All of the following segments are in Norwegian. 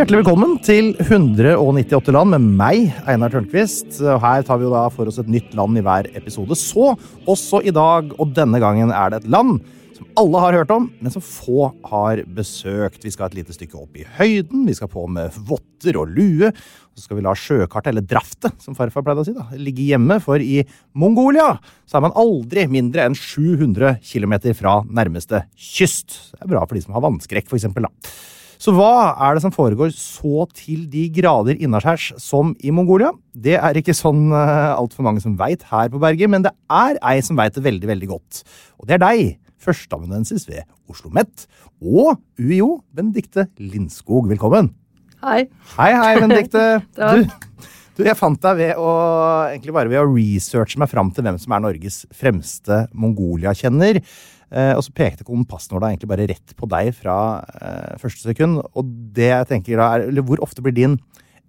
Hjertelig velkommen til 198 land med meg, Einar Tørnquist. Og Her tar vi jo da for oss et nytt land i hver episode. Så også i dag, og denne gangen er det et land som alle har hørt om, men som få har besøkt. Vi skal et lite stykke opp i høyden, vi skal på med votter og lue. og Så skal vi la sjøkartet, eller draftet, som farfar pleide å si, da, ligge hjemme, for i Mongolia så er man aldri mindre enn 700 km fra nærmeste kyst. Det er bra for de som har vannskrekk, for eksempel, da. Så hva er det som foregår så til de grader innaskjærs som i Mongolia? Det er ikke sånn eh, altfor mange som veit her på berget, men det er ei som veit det veldig, veldig godt. Og det er deg, førsteamanuensis ved Oslo OsloMet og UiO, Benedicte Lindskog. Velkommen. Hei. Hei, hei, Benedikte. Det var- Du, du, jeg fant deg ved å, egentlig bare ved å researche meg fram til hvem som er Norges fremste Mongolia-kjenner. Eh, og så pekte kompassen vår da egentlig bare rett på deg fra eh, første sekund. Og det jeg tenker da er, eller hvor ofte blir din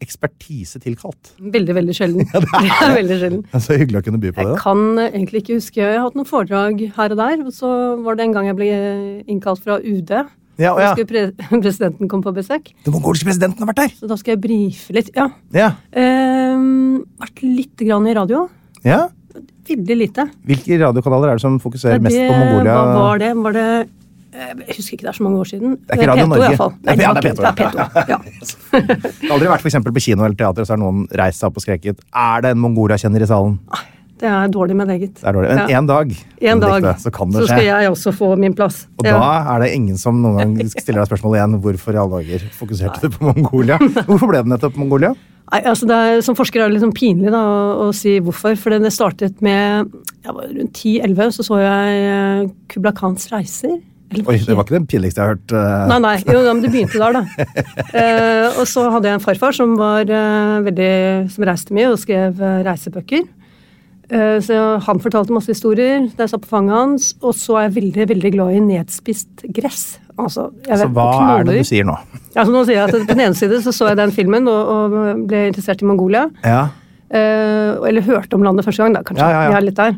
ekspertise tilkalt? Veldig, veldig sjelden. det er veldig sjelden. Det er Så hyggelig å kunne by på det. Jeg da. kan eh, egentlig ikke huske. Jeg har hatt noen foredrag her og der, og så var det en gang jeg ble eh, innkalt fra UD. Ja, og Da ja, skulle pre presidenten komme på besøk, Den mongolske presidenten har vært der! så da skal jeg brife litt. Ja. Ja, Ehm, vært lite grann i radio. ja. Veldig lite. Hvilke radiokanaler er det som fokuserer Det, mest på Mongolia? Hva var det? Var det eh, jeg husker ikke, det er så mange år siden. er ikke Radio P2 Norge. i hvert fall. Det er- Nei, ja, det var det er ikke- det er P2. Ja. Det har aldri vært for eksempel på kino eller teater, og så har noen reist seg opp og skreket Er det en Mongolia-kjenner i salen? Det er dårlig med eget. Det er dårlig. Men Ja. en dag, En dag Benedikte, så kan det skal skje. jeg også få min plass. Og da er det ingen som noen gang stiller deg spørsmålet igjen hvorfor i alle dager fokuserte du på Mongolia. Hvorfor ble det nettopp Mongolia? Nei, altså det er, som forsker er det litt sånn pinlig da, å, å si hvorfor. For det startet med jeg var rundt 10-11, så så jeg eh, Kubla Khans reiser. Eller hva Oi, det het- var ikke det pinligste jeg har hørt. eh. Nei, nei, jo, ja, men det begynte der, da. Eh, og så hadde jeg en farfar som, var, eh, veldig, som reiste mye og skrev eh, reisebøker. Eh, så han fortalte masse historier da jeg satt på fanget hans. Og så er jeg veldig veldig glad i nedspist gress. Altså, jeg Så vet- hva er det knoller. du sier nå? Ja, så nå sier jeg at På den ene side så, så jeg den filmen og, og ble interessert i Mongolia. Ja, Eh, eller hørte om landet første gang, da, kanskje. Ja, ja, ja. Vi er litt der.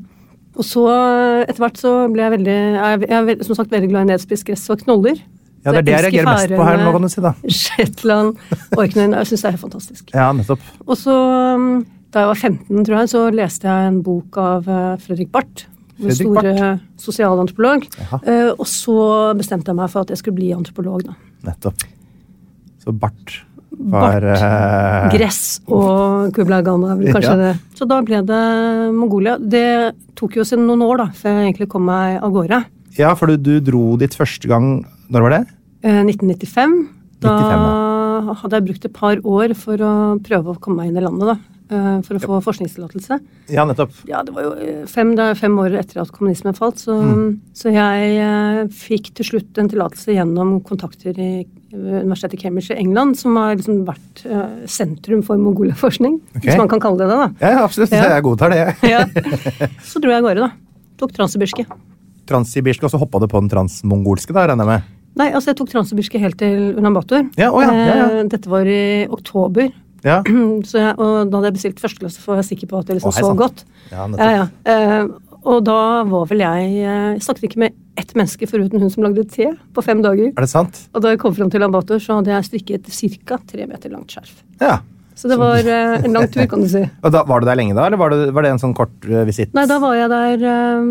Og så eh, etter hvert så ble jeg veldig Jeg er- jeg er veld- som sagt veldig glad i nedspist gress og knoller. ja det Så er det jeg elsker reagerer mest på her nå, Færøyene, kan du si. da. Shetland, Orknøyene. Jeg syns det er helt fantastisk. Ja, nettopp. Og så, um, da jeg var 15, tror jeg, så leste jeg en bok av eh, Fredrik Barth. Den Fredrik store eh, sosialantropolog. Jaha. Eh, og så bestemte jeg meg for at jeg skulle bli antropolog. da. nettopp. Så bart var Bart. eh, Gress og Kubla Ghan er vel Ja. kanskje det. Så da ble det Mongolia. Det tok jo siden noen år da, før jeg egentlig kom meg av gårde. Ja, for du, du dro dit første gang Når var det? Eh, 1995. Da 95, hadde jeg brukt et par år for å prøve å komme meg inn i landet, da. eh, For å få forskningstillatelse. Ja, nettopp. Ja, det var jo eh, fem, det er fem år etter at kommunismen falt, så, Mm. så jeg eh, fikk til slutt en tillatelse gjennom kontakter i ved Universitetet i Cambridge i England, som har liksom vært eh, sentrum for mongoleforskning, Ok. hvis man kan kalle det det, da. Ja, absolutt. Ja. Jeg godtar det. jeg. Ja. Så dro jeg av gårde, da. Tok transsibirske. Transsibirsk, og så hoppa du på den transmongolske, da, regner jeg med? Nei, altså jeg tok transsibirske helt til Ulan Bator. Ja, å ja, ja, ja. Eh, Dette var i oktober, Ja. Mm, så jeg, og da hadde jeg bestilt førsteklasse for å være sikker på at jeg liksom Å, hei, så sant. godt. Ja, nettopp. ja, ja. Eh, og da var vel jeg eh, Jeg snakket ikke med ett menneske foruten hun som lagde te på fem dager. Er det sant? Og da jeg kom fram til Ulan Bator, så hadde jeg strikket ca. tre meter langt skjerf. Ja. Så det var eh, en lang tur, kan du si. Og da, var du der lenge da, eller var det, var det en sånn kort eh, visitt? Nei, da var jeg der eh,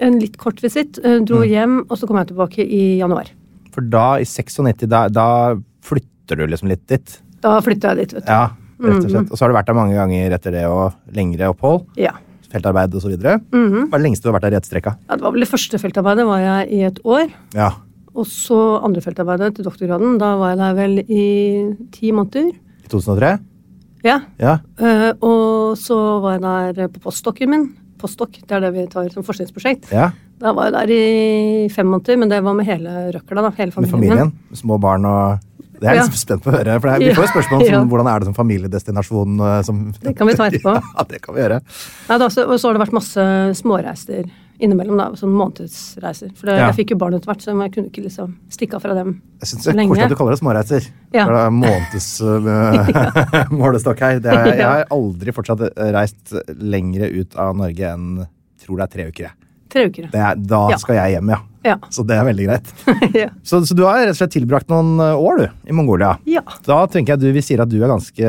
en litt kort visitt, eh, dro Mm. hjem, og så kom jeg tilbake i januar. For da, i 96, da, da flytter du liksom litt dit. Da flytta jeg dit, vet du. Ja, rett og Mhm. slett. Og så har du vært der mange ganger etter det, og lengre opphold. Ja. Feltarbeid og så videre. Mhm. Hva er det lengste du har vært der i ett strekk? da? Ja, det var vel det første feltarbeidet var jeg i et år. Ja. Og så andre feltarbeidet til doktorgraden. Da var jeg der vel i ti måneder. I 2003? Ja. Ja. Eh, og så var jeg der på postdokken min. Postdok, det er det vi tar som forskningsprosjekt. ja. Da var jeg der i fem måneder, men det var med hele røkla, da. Hele Med familien. familien? Små barn og Det er jeg Ja. liksom spent på å høre. For det er, vi Ja. får jo spørsmål om Ja. sånn, hvordan er det som familiedestinasjon. eh, Som, Det kan vi ta etterpå. Ja, det kan vi gjøre. Nei, da, så, og så har det vært masse småreiser innimellom, da. Sånn månedsreiser. For det, Ja. jeg fikk jo barn etter hvert, så jeg kunne ikke liksom stikke av fra dem. Jeg synes det er Lenge. koselig at du kaller det småreiser. Ja. For det er måneds eh, målestokk her. Det er, jeg har aldri fortsatt reist lengre ut av Norge enn tror det er tre uker. jeg. Tre uker. Det er, da Ja. skal jeg hjem, ja. Ja. Så det er veldig greit. ja. Så, så du har rett og slett tilbrakt noen eh, år du, i Mongolia. Ja. Da tenker jeg du, Vi sier at du er ganske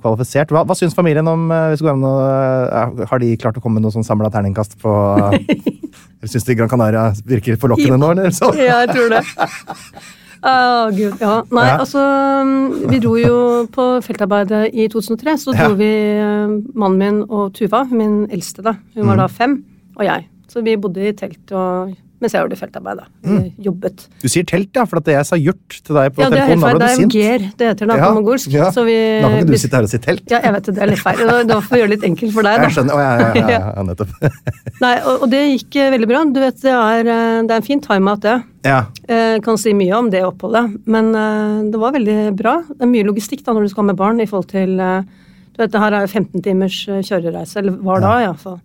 kvalifisert. Hva, hva syns familien om eh, hvis det går an å, eh, Har de klart å komme med noe sånn samla terningkast på Eller Syns de Gran Canaria virker forlokkende nå? eller så? Ja, jeg tror det. Å, gud. Ja. Nei, Ja. altså um, Vi dro jo på feltarbeidet i 2003. Så Ja. dro vi um, mannen min og Tuva, min eldste, da. Hun var Mm. da fem, og jeg. Så vi bodde i telt og mens jeg gjorde feltarbeid, da. Vi Jobbet. Du sier telt, ja, for at jeg sa hjort til deg på Ja, det er telefonen. helt Da ble feil. Det er Mm. du jo sint. ger, det heter det da Ja, på mongolsk. ja. Så vi Da kan ikke vi- du sitte her og si telt. Ja, jeg vet det. Det er litt feil. Da- Da får vi gjøre det litt enkelt for deg, da. Jeg skjønner. Å, ja, ja, ja, ja, ja, nettopp. Nei, og, og det gikk eh, veldig bra. Du vet, det er, eh, det er en fin time-out, det. ja. Eh, kan si mye om det oppholdet, men eh, det var veldig bra. Det er mye logistikk da når du skal ha med barn i forhold til eh, Du vet, det her er jo 15 timers eh, kjørereise, eller var da iallfall,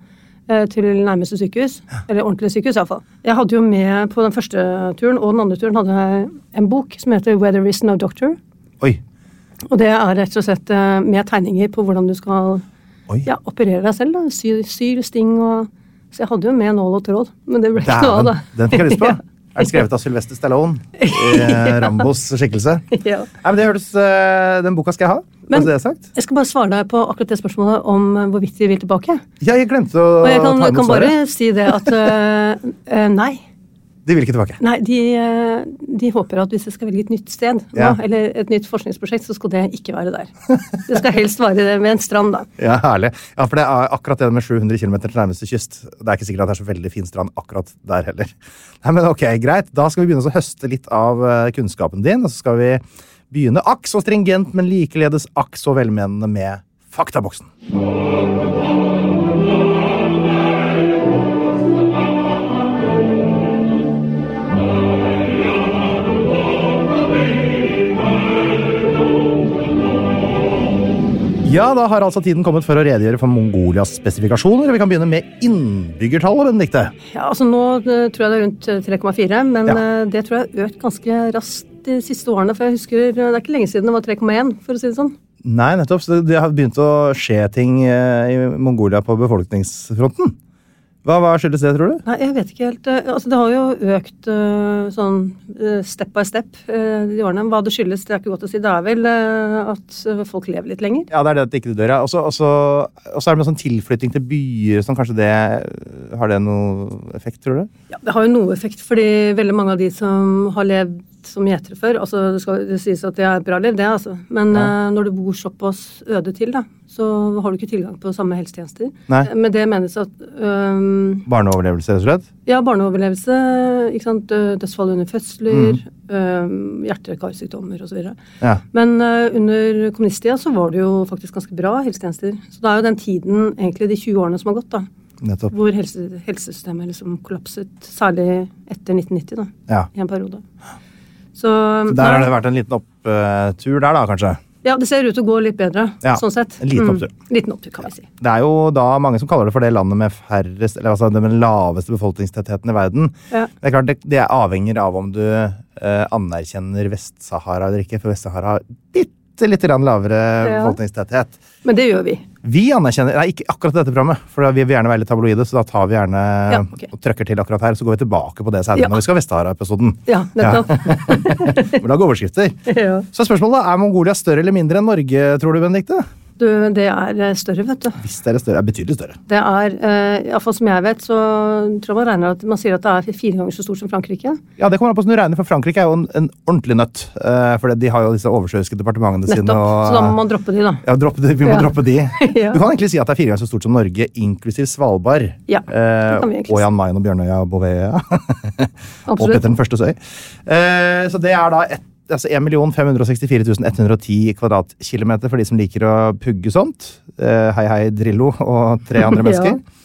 eh, til nærmeste sykehus. Eller ordentlig sykehus, iallfall. Jeg hadde jo med på den første turen og den andre turen hadde jeg en bok som heter 'Where there is no doctor'. Oi. Og det er rett og slett eh, med tegninger på hvordan du skal Oi. ja, operere deg selv. da, Sy, syr, sting og Så jeg hadde jo med nål og tråd, men det ble ikke noe av Dæven, det. den fikk jeg lyst på. Ja. Er den skrevet av Sylvester Stallone? I eh, Rambos skikkelse? Ja. Nei, men det høres, eh, Den boka skal jeg ha. Men- altså det er sagt. Jeg skal bare svare deg på akkurat det spørsmålet om eh, hvorvidt de vil tilbake. Ja, jeg glemte å Og jeg kan, ta imot kan bare svaret. si det at eh, eh, nei. De vil ikke tilbake. Nei, de, eh, de håper at hvis jeg skal velge et nytt sted, Ja. nå, eller et nytt forskningsprosjekt, så skal det ikke være der. Det skal helst være det ved en strand, da. Ja, herlig. Ja, for det er akkurat det med 700 km til nærmeste kyst. Det er ikke sikkert at det er så veldig fin strand akkurat der heller. Nei, men ok, greit. Da skal vi begynne å høste litt av eh, kunnskapen din, og så skal vi begynne akk så stringent, men likeledes akk så velmenende med faktaboksen. Ja, da har altså tiden kommet for å redegjøre for Mongolias spesifikasjoner. Vi kan begynne med innbyggertallet, Benedikte. Ja, altså Nå eh, tror jeg det er rundt eh, 3,4, men Ja. eh, det tror jeg har økt ganske raskt de siste årene. For jeg husker, eh, Det er ikke lenge siden det var 3,1, for å si det sånn. Nei, nettopp. Så det, det har begynt å skje ting eh, i Mongolia på befolkningsfronten. Hva, hva skyldes det, tror du? Nei, jeg vet ikke helt. eh, Altså, det har jo økt eh, sånn eh, step by step eh, de årene. Hva det skyldes, det er ikke godt å si. Det er vel eh, at eh, folk lever litt lenger. Ja, det er det at det ikke dør, ja. Og så og så- og så er det med sånn tilflytting til byer og sånn, kanskje det Har det noe effekt, tror du? Ja, det har jo noe effekt, fordi veldig mange av de som har levd levd som gjetere før. Altså, det skal det sies at det er et bra liv, det, altså. Men eh, når du bor såpass øde til, da, så har du ikke tilgang på samme helsetjenester. Nei. Eh, Med det menes at øhm, Barneoverlevelse, rett og slett? Ja, barneoverlevelse, ikke sant? dø- dødsfall under fødsler, øhm, hjerte- og karsykdommer osv. Ja. Men eh, under kommunisttida så var det jo faktisk ganske bra helsetjenester. Så det er jo den tiden, egentlig de 20 årene som har gått, da, Nettopp. hvor helse, helsesystemet liksom kollapset. Særlig etter 1990, da, Ja. i en periode. Så Der har det vært en liten opptur der, da, kanskje. Ja, det ser ut til å gå litt bedre, Ja, sånn sett. en liten opptur. Mm, liten opptur, kan vi si. Det er jo da mange som kaller det for det landet med færrest, eller altså den laveste befolkningstettheten i verden. Ja. Det er klart, det, det avhenger av om du eh, anerkjenner Vest-Sahara eller ikke, for Vest-Sahara har bitte lite grann lavere Ja. befolkningstetthet. Men det gjør vi. Vi anerkjenner Nei, ikke akkurat dette programmet, for vi vil gjerne være litt tabloide, så da tar vi gjerne Ja, ok. og trøkker til akkurat her, så går vi tilbake på det senere Ja. når vi skal ha Vest-Sahara-episoden. Ja, nettopp. Hvor lage overskrifter. Ja. Så spørsmålet er, er Mongolia større eller mindre enn Norge, tror du, Benedikte? Du, det er eh, større, vet du. Hvis det er større, er betydelig større. Det er, eh, iallfall som jeg vet, så tror jeg man regner at man sier at det er fire ganger så stort som Frankrike. Ja, det kommer an på hvordan du regner, for Frankrike er jo en, en ordentlig nøtt. eh, for de har jo disse oversjøiske departementene Nettopp. sine. Og, Så da må man droppe de, da. ja, droppe de, vi må Ja. droppe de. Ja. Du kan egentlig si at det er fire ganger så stort som Norge, inklusiv Svalbard. Ja, det Eh, kan vi egentlig og si. Jan Mayen og Bjørnøya og Bouvetøya. og Absolutt. Petter den første søy. Eh, så det er da et, altså 1 564 110 kvadratkilometer for de som liker å pugge sånt. Eh, hei, hei, Drillo og tre andre mennesker. Ja.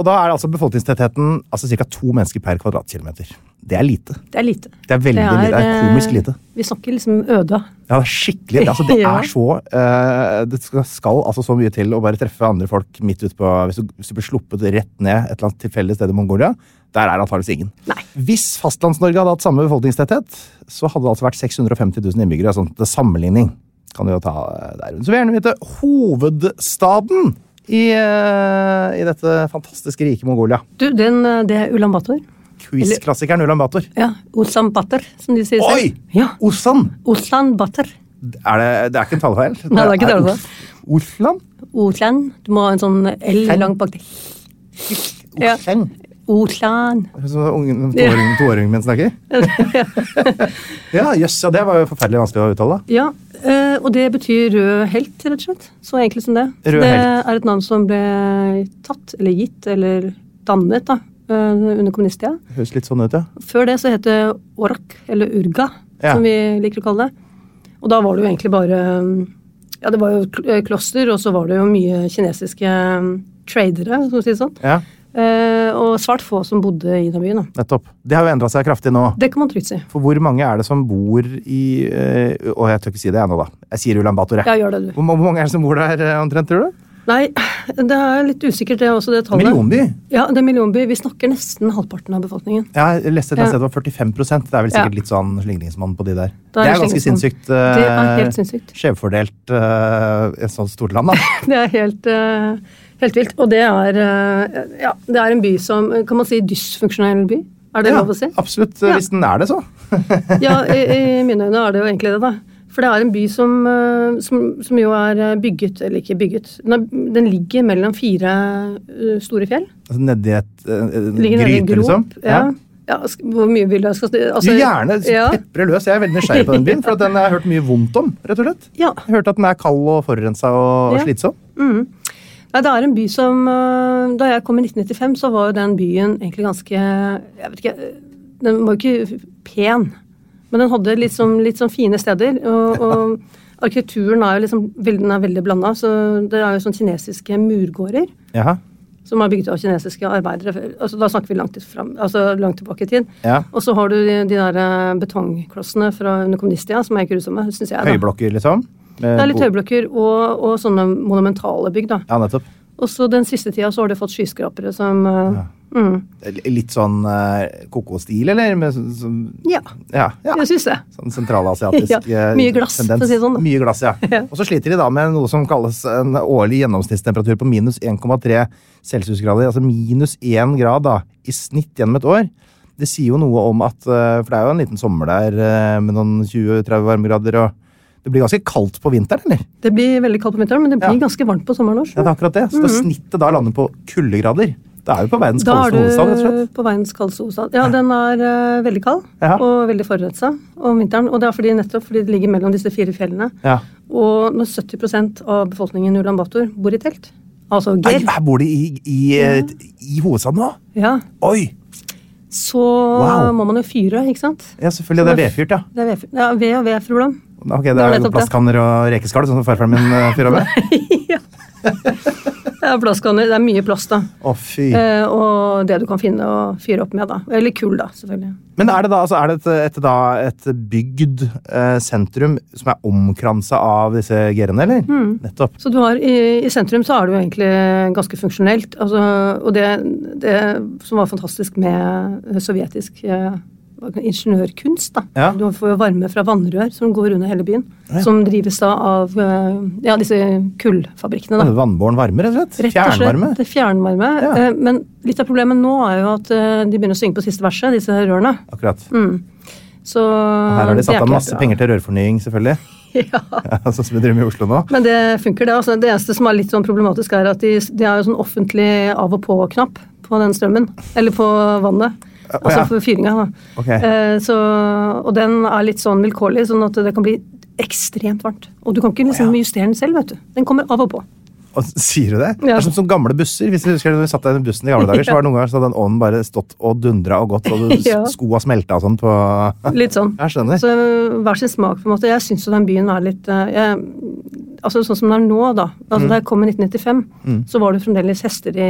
Og da er altså befolkningstettheten altså ca. to mennesker per kvadratkilometer. Det er lite. Det er lite. Det er veldig lite. Det er komisk eh, lite. Vi snakker liksom øde. Ja, det er skikkelig. Altså, det Ja. er så eh, Det skal, skal altså så mye til å bare treffe andre folk midt ute på Hvis du, hvis du blir sluppet rett ned et eller annet tilfeldig sted i Mongolia, der er det antakeligvis ingen. Nei. Hvis Fastlands-Norge hadde hatt samme befolkningstetthet, så hadde det altså vært 650 000 innbyggere. Sånn til sammenligning kan du jo ta eh, der. Så vil jeg gjerne vite hovedstaden i, eh, i dette fantastiske rike Mongolia. Du, den, eh, det er Ulan Bator. Quiz-klassikeren Ulan Bator. Ja. Oslan Bator, som de sier Oi! selv. Ja. Osan! Oslan Bator. Er det, det er ikke en talefeil? Nei, det er ikke talefeil. Os- Osland? Oslan. Du må ha en sånn L Hen. langt bak til. Ja. Osland? Oslan. Som sånn ungen, toåring, toåringen min snakker? ja, jøss. ja, det var jo forferdelig vanskelig å uttale. da. Ja, eh, og det betyr rød helt, rett og slett. Så enkelt som det. Så Rød det helt. er et navn som ble tatt, eller gitt, eller dannet da, eh, under kommunisttida. Det Høres litt sånn ut, ja. Før det så het det Orak, eller Urga, Ja. som vi liker å kalle det. Og da var det jo egentlig bare mm, Ja, det var jo kl- eh, kloster, og så var det jo mye kinesiske mm, tradere, for å si det sånn. ja. Eh, og svært få som bodde i den byen. da. Nettopp. Det har jo endra seg kraftig nå. Det kan man trygt si. For hvor mange er det som bor i eh, Og jeg tør ikke si det ennå, da. Jeg sier Ulan Bator, Ja, jeg. gjør det, du. Hvor, ma- hvor mange er det som bor der eh, omtrent, tror du? Nei, det er litt usikkert, det også, det tallet. Millionby? Ja, det er millionby. Vi snakker nesten halvparten av befolkningen. Ja, jeg leste et Ja. sted det var 45 Det er vel Ja. sikkert litt sånn slingringsmonn på de der. Da Det er er det ganske slingringsmonn. sinnssykt. Det er eh, helt sinnssykt. Skjevfordelt eh, et sånt stort land, da. Det er helt, eh, helt vilt. Og det er, eh, ja, det er en by som Kan man si dysfunksjonell by? Er det Ja, lov å si? absolutt. Ja. Hvis den er det, så. Ja, i, i mine øyne er det jo egentlig det, da. For det er en by som, eh, som, som jo er eh, bygget, eller ikke bygget Den, er, den ligger mellom fire eh, store fjell. Altså, Nedi et eh, en Ligger nede i en gryte, liksom. grop. Ja. Ja, sk- hvor mye vil du jeg skal si? Du Altså, gjerne ja. peprer løs. Jeg er veldig nysgjerrig på den byen, for at den har jeg hørt mye vondt om. rett og slett. Ja. Jeg hørte at den er kald og forurensa og Ja. slitsom. Mm. Nei, det er en by som øh, Da jeg kom i 1995, så var jo den byen egentlig ganske Jeg vet ikke øh, Den var jo ikke pen, men den hadde litt sånn, litt sånn fine steder. Og, og arkitekturen er jo liksom veldig, den er veldig blanda. Så det er jo sånn kinesiske murgårder Jaha. som er bygd av kinesiske arbeidere. før- Altså, da snakker vi langt, til fram, altså, langt tilbake i tid. Ja. Og så har du de, de der øh, betongklossene fra under kommunisttida som er grusomme, syns jeg. da. Høyblokker, liksom. Det er litt høyblokker og, og sånne monumentale bygg, da. Ja, nettopp. Og så den siste tida så har de fått skyskrapere som eh, mm, L- Litt sånn uh, kokostil, eller? Med, sånn- sånn- Ja, ja, ja. jeg syns det. Sånn sentralasiatisk eh, Ja, mye glass, tendens. for å si det sånn, da. Mye glass, ja. Ja. Og så sliter de da med noe som kalles en årlig gjennomsnittstemperatur på minus 1,3 celsiusgrader. Altså minus 1 grad da, i snitt gjennom et år. Det sier jo noe om at eh, For det er jo en liten sommer der eh, med noen 20-30 varmegrader. og Det blir ganske kaldt på vinteren, eller? Det blir veldig kaldt på vinteren, men det blir Ja. ganske varmt på sommeren Ja, det òg. er akkurat det. Så da snittet da lander på kuldegrader. Det er jo på verdens Mm. Da er kaldeste hovedstad, rett og slett. du på verdens kaldeste hovedstad. Ja, den er eh, veldig kald Ja. og veldig forurensa om vinteren. Og det er fordi, nettopp fordi det ligger mellom disse fire fjellene. Ja. Og når 70 av befolkningen i Ulan Bator bor i telt, altså Nei, geir, her bor de i, i, eh, i hovedstaden nå? ja, Oi! så Wow. må man jo fyre, ikke sant? Ja, selvfølgelig. Det er vedfyrt, ja. Det er vedfyr- ja, ved og ved, problem. Ok, Det Det var er nettopp det. plastkanner og rekeskall, sånn som farfaren min eh, fyrer med? ja. Det er plastkanner. Det er mye plast, da. Å, fy. Eh, og det du kan finne å fyre opp med, da. Eller kull, da, selvfølgelig. Men er det da altså, er det et, et, da, et bygd eh, sentrum som er omkransa av disse gerene, eller? Mm. Nettopp. Så du har, i, I sentrum så er det jo egentlig ganske funksjonelt. Altså, og det, det som var fantastisk med sovjetisk eh, hva kan- ingeniørkunst, da. Ja. Du får jo varme fra vannrør som går under hele byen. ja. Som drives da av eh, ja, disse kullfabrikkene. da. Vannbåren varme, rett og slett? Rett og slett, Fjernvarme? Det er fjernvarme. Ja. Eh, Men litt av problemet nå er jo at eh, de begynner å synge på siste verset, disse rørene. Akkurat. Mm, Så Her har de satt av masse penger. penger til rørfornying, selvfølgelig. Ja. Ja, sånn som vi driver med i Oslo nå. Men det funker, det. Altså, det eneste som er litt sånn problematisk, er at de, de har jo sånn offentlig av og på-knapp på den strømmen. Eller på vannet. Å, Altså ja. for fyringa, da. Ok. Eh, Så, og den er litt sånn vilkårlig, sånn at det kan bli ekstremt varmt. Og du kan ikke liksom Å, ja. justere den selv, vet du. Den kommer av og på. Og, s- sier du det? Det Ja. er som, som gamle busser. Hvis du husker da vi satt der i bussen i gamle dager, så var det noen ganger så hadde den ovnen bare stått og dundra og gått, og du- Ja. skoa smelta og sånn på Litt sånn. Jeg skjønner. Så hver sin smak, på en måte. Jeg syns jo den byen er litt eh, jeg, Altså sånn som det er nå, da. Altså, Da jeg kom i 1995, så var det fremdeles hester i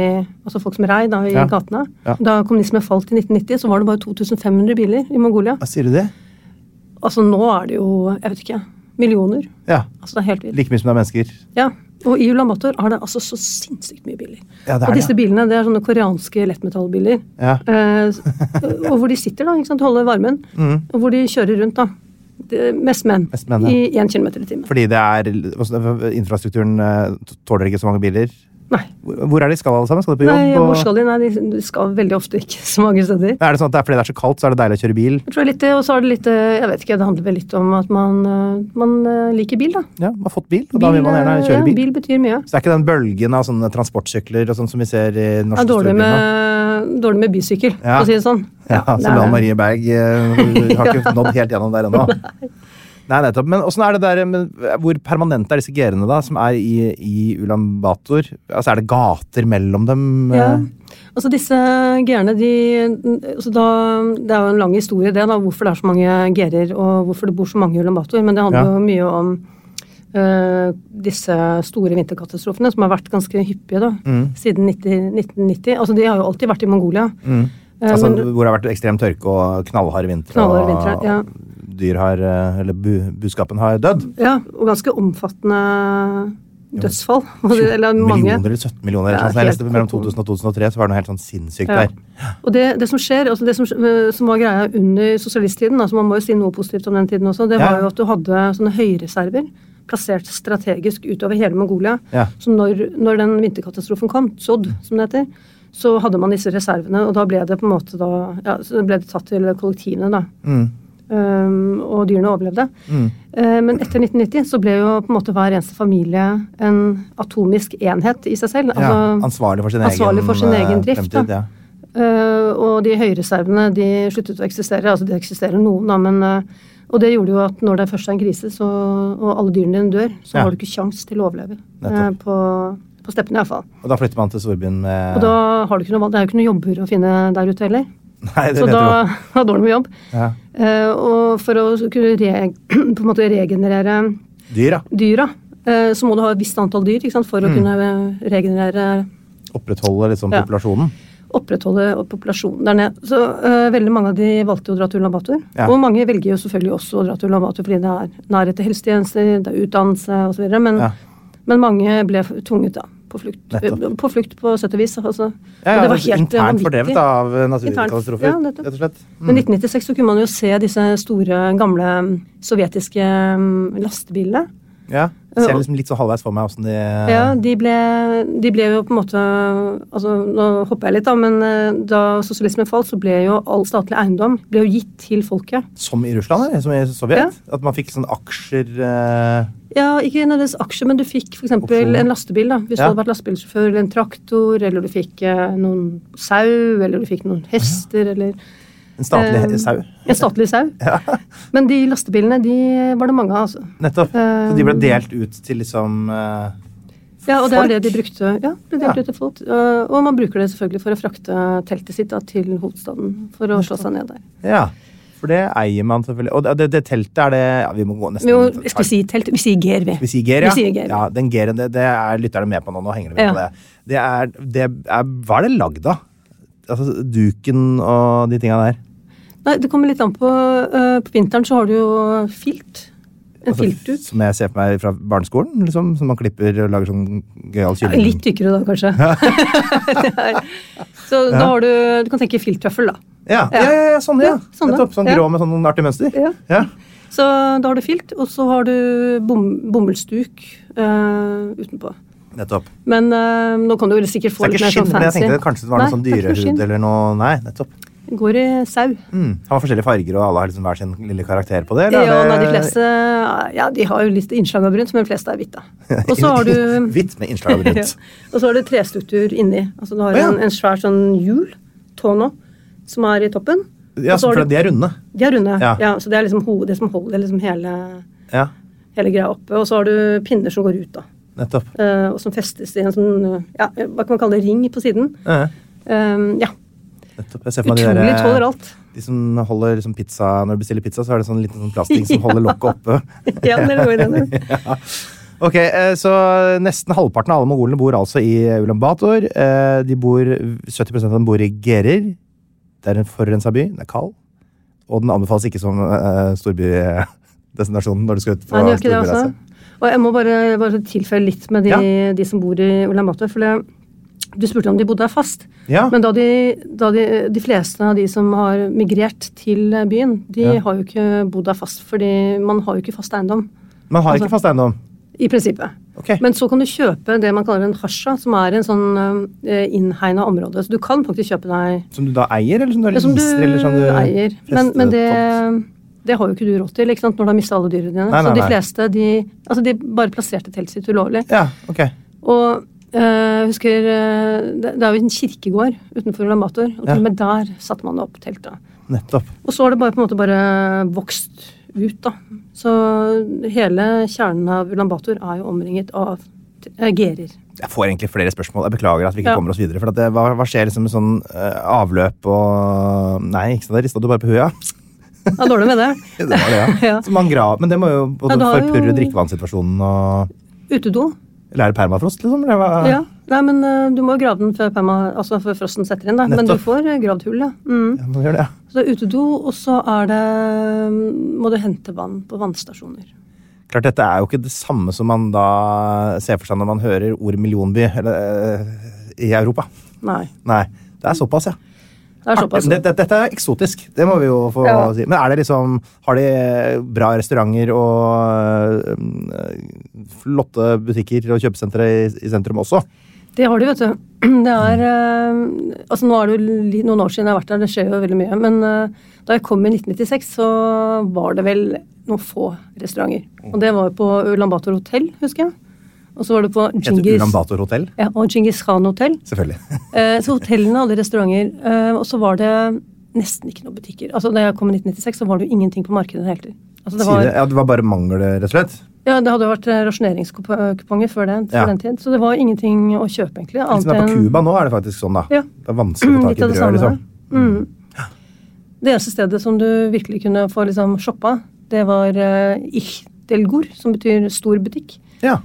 Altså folk som rei da, i Mm. Ja. gatene. Ja. Da kommunismen falt i 1990, så var det bare 2500 biler i Mongolia. Ja, sier du det? Altså nå er det jo, jeg vet ikke, millioner. Ja. Altså det er helt vilt. Like mye som det er mennesker. Ja. Og i Ulan Bator er det altså så sinnssykt mye biler. Ja, det er og det, disse bilene, det er sånne koreanske lettmetallbiler. Ja. Eh, s- og hvor de sitter, da. ikke sant, Holder varmen. Og hvor de kjører rundt, da. Det- Mest menn. Mm. Mest menn, ja. I én kilometer i timen. Fordi det er altså, Infrastrukturen eh, tåler ikke så mange biler. Nei. Hvor hvor er de skal alle sammen? Skal de på jobb? Nei, hvor og- skal de? Nei, de de skal veldig ofte ikke så mange steder. Er det sånn at det er fordi det er så kaldt, så er det deilig å kjøre bil? Jeg tror det er litt det, og så er det litt eh, Jeg vet ikke, det handler vel litt om at man, eh, man eh, liker bil, da. Ja, man har fått bil, og da vil man eh, gjerne kjøre Ja, bil. bil betyr mye. Så det er ikke den bølgen av sånne transportsykler og sånn som vi ser i Det norske er dårlig storbyer nå? med, dårlig med bysykkel, Ja. for å si det sånn. Ja, det så er- Lan Marie Berg eh, har ikke nådd helt gjennom der ennå. Nei, nettopp. Men åssen er det der men, eh, Hvor permanente er disse gerene, da, som er i, i Ulan Bator? Altså, er det gater mellom dem? eh? Ja. Altså disse G-erne, de altså da, Det er jo en lang historie, det, da, hvorfor det er så mange G-er, og hvorfor det bor så mange i Ulan Bator. Men det handler Ja. jo mye om øh, disse store vinterkatastrofene, som har vært ganske hyppige da, Mm. siden 90, 1990. Altså De har jo alltid vært i Mongolia. Eh, Altså, men- hvor det har vært ekstrem tørke og knallhard vinter, Knallhard vinter, og ja. dyr har eh, Eller bu, buskapen har dødd. ja, og ganske omfattende dødsfall. Eller mange. Millioner eller 17 millioner. Det er eller sånn. Jeg helt leste mellom koko. 2000 og 2003, så var det noe helt sånn sinnssykt Ja. der. Og det, det som skjer, altså det som, eh, som var greia under sosialisttiden, altså man må jo si noe positivt om den tiden også, det Ja. var jo at du hadde sånne høyreserver plassert strategisk utover hele Mongolia. Ja. Så når, når den vinterkatastrofen kom, Tsod, som det heter, så hadde man disse reservene, og da ble det på en måte da, ja, så ble det tatt til kollektivene, da. Mm. Um, og dyrene overlevde. Eh, men etter 1990 så ble jo på en måte hver eneste familie en atomisk enhet i seg selv. Ja, altså- ansvarlig for sin ansvarlig egen, for sin eh, egen drift, fremtid. da. Ja. Eh, og de høyreservene de sluttet å eksistere. Altså det eksisterer noen, da, men eh, Og det gjorde jo at når det først er en krise, så, og alle dyrene dine dør, så Ja. har du ikke kjangs til å overleve. eh, Nettopp. på, på steppene, iallfall. Og da flytter man til storbyen med Og da har du ikke noe valg. Det er jo ikke noen jobber å finne der ute heller. Nei, det Så vet da du jo. har du med jobb. Ja. Eh, og for å kunne re, på en måte regenerere Dyr, ja. dyra, eh, så må du ha et visst antall dyr ikke sant, for Mm. å kunne eh, regenerere Opprettholde liksom Ja. populasjonen. opprettholde populasjonen der nede. Så øh, veldig mange av de valgte jo å dra til Ulan Bator. Ja. Og mange velger jo selvfølgelig også å dra til Ulan Bator fordi det er nærhet til helsetjenester, det er utdannelse osv. Men, Ja. men mange ble f- tvunget da, på flukt. Eh, Nettopp. På flukt på sett og vis. Altså. Ja, ja, Og det var helt internt vanvittig. fordrevet av eh, Internt- naturkatastrofer, ja, nettopp. rett og slett. Men 1996 så kunne man jo se disse store, gamle mm, sovjetiske mm, lastebilene. Ja. Jeg Ser liksom litt så halvveis for meg åssen de Ja, de ble, de ble jo på en måte altså Nå hopper jeg litt, da, men eh, da sosialismen falt, så ble jo all statlig eiendom ble jo gitt til folket. Som i Russland, eller? Som i Sovjet? At man fikk sånne aksjer eh, Ja, ikke nødvendigvis aksjer, men du fikk f.eks. Opsjon. en lastebil. da, Hvis Ja. du hadde vært lastebilsjåfør, eller en traktor, eller du fikk eh, noen sau, eller du fikk noen hester, eller En statlig eh, he- sau. En statlig sau. Men de lastebilene, de var det mange av, altså. Nettopp. Så de ble eh, delt ut til liksom eh, Ja, og det Folk? er det de brukte. Ja, ble delt Ja. ut til folk. Eh, Og man bruker det selvfølgelig for å frakte teltet sitt da, til hovedstaden, for å slå seg ned der. Ja. For det eier man selvfølgelig. Og det, det, det teltet er det ja, Vi må gå nesten Vi, må, skal vi si telt? Vi sier ger, vi. Vi sier ger, ja. Vi sier ger. ja den geren, det, det er lytterne med på nå. Nå henger de med Ja. på det. Det er, det er Hva er det lagd av? Altså, duken og de tinga der. Nei, det kommer litt an på. eh, På vinteren så har du jo filt. En Altså, filtduk. Som jeg ser for meg fra barneskolen, liksom, som man klipper og lager sånn gøyal Ja, kylling. Litt tykkere da, kanskje. Det er- så da har du Du kan tenke filttøffel, da. Ja, ja, ja, ja, sånn, ja. Ja, sånn, ja. Nettopp, sånn Ja. grå med sånn artig mønster. Ja. Ja. Så da har du filt, og så har du bom, bomullsduk eh, utenpå. Nettopp. Men eh, nå kan du vel sikkert Så få det er ikke litt mer skinn, sånn men jeg fancy. tenkte kanskje det var noe sånn det er ikke dyrehud skinn. eller noe Nei, nettopp. Det Går i sau. Mm. Han har forskjellige farger, og alle har liksom hver sin lille karakter på det? Ja, eller er nei, de det- fleste ja, de har jo litt innslag av brunt, men de fleste er hvitt, da. Og så har du Hvitt med innslag av Ja. brunt. Og så har du trestruktur inni. Altså du Å, har ja. en, en svær sånn hjul, tåna, som er i toppen. Ja, Og så så har for du- de er runde. De er runde. Ja. Ja. så det er liksom hodet som holder liksom hele, Ja, hele greia oppe. Og så har du pinner som går ut, da. nettopp. eh, Og som festes i en sånn eh, ja, Hva kan man kalle det? Ring på siden. Ja, Eh, ja. nettopp. Jeg ser for meg de Utrolig der- eh, tolerant. De som holder liksom pizza når du bestiller pizza, så er det sånn liten sånn plastting som holder lokket oppe. Ja, dere går i den. ja. Ja. Ok, eh, så Nesten halvparten av alle mongolene bor altså i Ulan Bator. Eh, De bor, 70 av dem bor i Gerer. Det er en forurensa by. Den er kald. Og den anbefales ikke som eh, storbydestinasjon når du skal ut på Nei, det gjør ikke det, storbyreise. altså. Og jeg må bare, bare sånn tilføye litt med de, Ja. de som bor i Ulan Bator. For det, du spurte om de bodde der fast. Ja. Men da de, da de, de fleste av de som har migrert til byen, de Ja. har jo ikke bodd der fast. Fordi man har jo ikke fast eiendom, Man har ikke altså- fast eiendom. i prinsippet. Ok. Men så kan du kjøpe det man kaller en hasja, som er en sånn eh, innhegna område. Så du kan faktisk kjøpe deg Som du da eier, eller som du det som du, leaser? eller som du eier. Men, men det, festetomt? det har jo ikke du råd til ikke sant? når du har mista alle dyrene Nei, dine. nei, så de nei. fleste de, altså de bare plasserte teltet sitt ulovlig. Ja, ok. Og eh, jeg husker eh, det, det er jo en kirkegård utenfor Ulan Bator, og Ja. til og med der satte man opp teltet. Nettopp. Og så har det bare på en måte bare vokst ut, da. Så hele kjernen av Ulan Bator er jo omringet av t- eh, gerer. Jeg får egentlig flere spørsmål. Jeg beklager at vi ikke Ja. kommer oss videre. For at det, hva, hva skjer liksom med sånn eh, avløp og Nei, ikke sant, det rista du bare på huet, ja. Det er dårlig med det. Det var det, ja. Ja. Så man gra- Men det må jo både Ja, det har jo- forpurre drikkevannssituasjonen og Utedo. Eller er det permafrost, liksom? Eller hva? Ja. Nei, men eh, du må jo grave den før, perma, altså før frosten setter inn, da. Men du Nettopp. får eh, gravd hull, ja. Mm. Ja, man gjør det, ja. Så det er utedo, og så er det mm, Må du hente vann på vannstasjoner. Klart, dette er jo ikke det samme som man da ser for seg når man hører ordet millionby eller, eh, i Europa. Nei. Nei. Det er såpass, ja. Det er såpass. Det, det, dette er eksotisk, det må vi jo få Ja. si. Men er det liksom Har de bra restauranter og eh, flotte butikker og kjøpesentre i, i sentrum også? Det har de, vet du. Det er eh, Altså, nå er det jo li- noen år siden jeg har vært der, det skjer jo veldig mye. Men eh, da jeg kom i 1996, så var det vel noen få restauranter. Og det var jo på Ulan Bator hotell, husker jeg. Og så var det på Heter Djingis Ulan Bator hotell? ja, og Djingis Khan hotell. Selvfølgelig. Eh, så hotellene hadde restauranter. Eh, og så var det nesten ikke noen butikker. Altså, da jeg kom i 1996, så var det jo ingenting på markedet i det hele tatt. Altså, det Det var, det. Ja, det var bare mangel, rett og slett? ja, det hadde jo vært eh, rasjoneringskuponger før det, for Ja. den tid. Så det var ingenting å kjøpe, egentlig. Litt som det er på Cuba nå, er det faktisk sånn, da. Ja. Mm, Det er vanskelig å få Litt tak i av det brød, samme. liksom. Mm. Det eneste stedet som du virkelig kunne få liksom, shoppa, det var uh, Ichdelgur, som betyr stor butikk. Ja.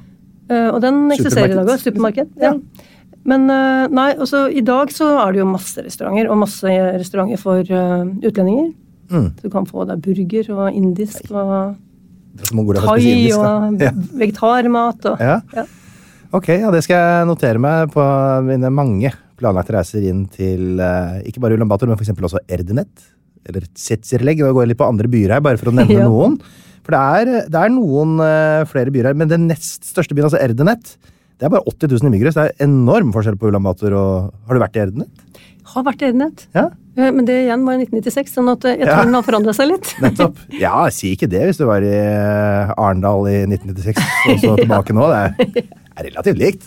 Eh, og den eksisterer i dag òg. Supermarked. Ja. Men eh, nei, også i dag så er det jo masse restauranter, og masse restauranter for eh, utlendinger. Så du kan få deg burger og indisk og Det er så mange ord jeg har thai spesielt lyst og til. vegetarmat og Ja. ja. Ok, ja, det skal jeg notere meg på mine mange planlagte reiser inn til eh, ikke bare Ulan Bator, men f.eks. også Erdenet. Eller Zetzerleg. Da går jeg litt på andre byer her, bare for å nevne Ja. noen. For det er, det er noen eh, flere byer her, men den nest største byen, altså Erdenet, det er bare 80 000 innbyggere, så det er enorm forskjell på Ulan Bator og Har du vært i Erdenet? Har vært i Edenhet. Ja, Eh, Men det igjen var i 1996, sånn at eh, jeg Ja. tror den har forandra seg litt. nettopp. Ja, si ikke det hvis du var i eh, Arendal i 1996 og så tilbake nå. Det er- er relativt likt.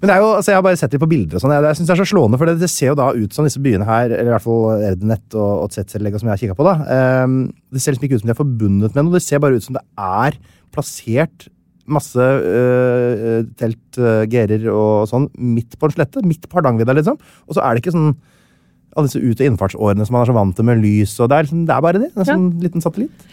Men det er jo, altså Jeg har bare sett det på bilder. og sånn, Jeg, jeg synes Det er så slående, for det, det ser jo da ut som disse byene her, eller i hvert fall Erdenet og, og Tzetzeleg, og som jeg har kikket på, da, ehm, det ser liksom ikke ut som de er forbundet med noe. Det ser bare ut som det er plassert masse øh, øh, telt, øh, gerer og sånn midt på en slette. Midt på Hardangervidda, liksom. Og så er det ikke sånn alle disse ut- og innfartsårene som man er så vant til med lys. og Det er, liksom, det er bare det. En sånn liten satellitt.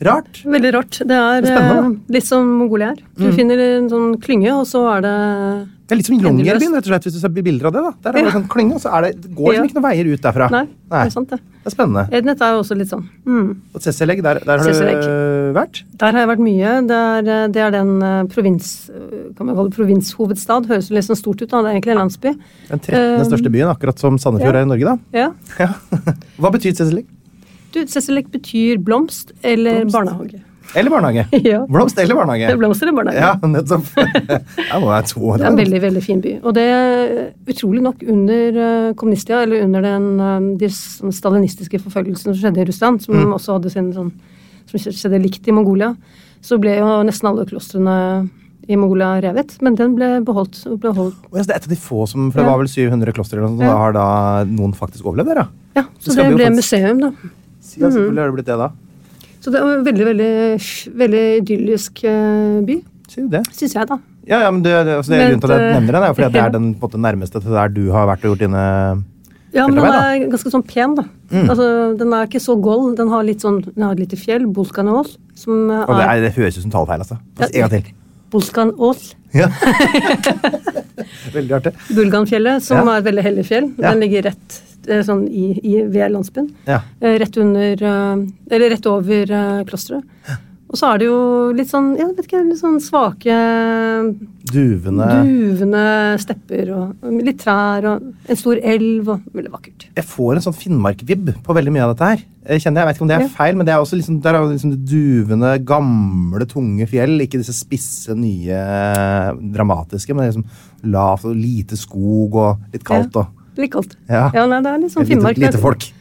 Rart. Veldig rart. Det er Det er spennende, eh, litt som Mongolia er. Du finner en sånn klynge, og så er det Det er litt som Longyearbyen, rett og Endeløst. slett, hvis du ser bilder av det. da. Der er det bare sånn klynge, og så er det, det går liksom Ja. ikke noen veier ut derfra. Nei, det er sant, det. Det er spennende. Edenhet er jo også litt sånn. Mm. Og Cecileg, der, der har Cecileg. du øh, vært? Der har jeg vært mye. Det er, eh, det er den eh, provins, eh, kan man kalle det provinshovedstad. Høres jo litt sånn stort ut, da. Det er egentlig en landsby. Den 13. Um, største byen, akkurat som Sandefjord ja. er i Norge, da. Ja. Ja. Hva betyr Cecileg? Du, Cecilek betyr blomst eller barnehage. Eller barnehage? Ja. Blomst eller barnehage? Blomster eller barnehage. Ja, nettopp. Ja, nå er jeg to år. Det er en veldig veldig fin by. Og det er eh, utrolig nok under eh, kommunisttida, eller under den, eh, de sånne stalinistiske forfølgelsene som skjedde i Russland, som Mm. også hadde sin sånn som skjedde likt i Mongolia, så ble jo nesten alle klostrene i Mongolia revet. Men den ble beholdt. og Ble holdt. Å, ja, så det er et av de få som for det Ja. var vel 700 kloster eller noe sånt, og Ja. da har da noen faktisk overlevd der, da? Ja, Så Så skal det vi jo ble faktisk- museum, da. Ja, selvfølgelig har det blitt det, da. Så det var en veldig, veldig, veldig idyllisk eh, by, Sier du det? syns jeg, da. Ja, ja, men det, det, altså, det er Men, grunnen til at jeg eh, nevner den, er jo fordi at det ja. er den på en måte, nærmeste til der du har vært og gjort dine Ja, men den Feltarbeid, er ganske sånn pen, da. Mm. Altså, Den er ikke så gold. Den har litt sånn, den har et lite fjell, Bulkanås, som eh, Og det, er er, det høres ut som talefeil, altså. altså Ja. en gang til. Bulkanås, Ja. Veldig artig. Bulganfjellet, som Ja. er et veldig hellig fjell. Ja. Den ligger rett eh, sånn i, i ved landsbyen. Ja. Eh, Rett under eh, Eller rett over eh, klosteret. Og så er det jo litt sånn ja, vet ikke, litt sånn svake, Duvende duvende stepper og og litt trær og en stor elv og Veldig vakkert. Jeg får en sånn Finnmark-vibb på veldig mye av dette her. Jeg kjenner, jeg vet ikke om det er Ja. feil, men det er også liksom, der er jo liksom det duvende, gamle, tunge fjell. Ikke disse spisse, nye, dramatiske, men det er liksom lavt og lite skog og litt kaldt og Litt kaldt. Ja. nei, det er litt sånn lite, Finnmark. men- lite folk.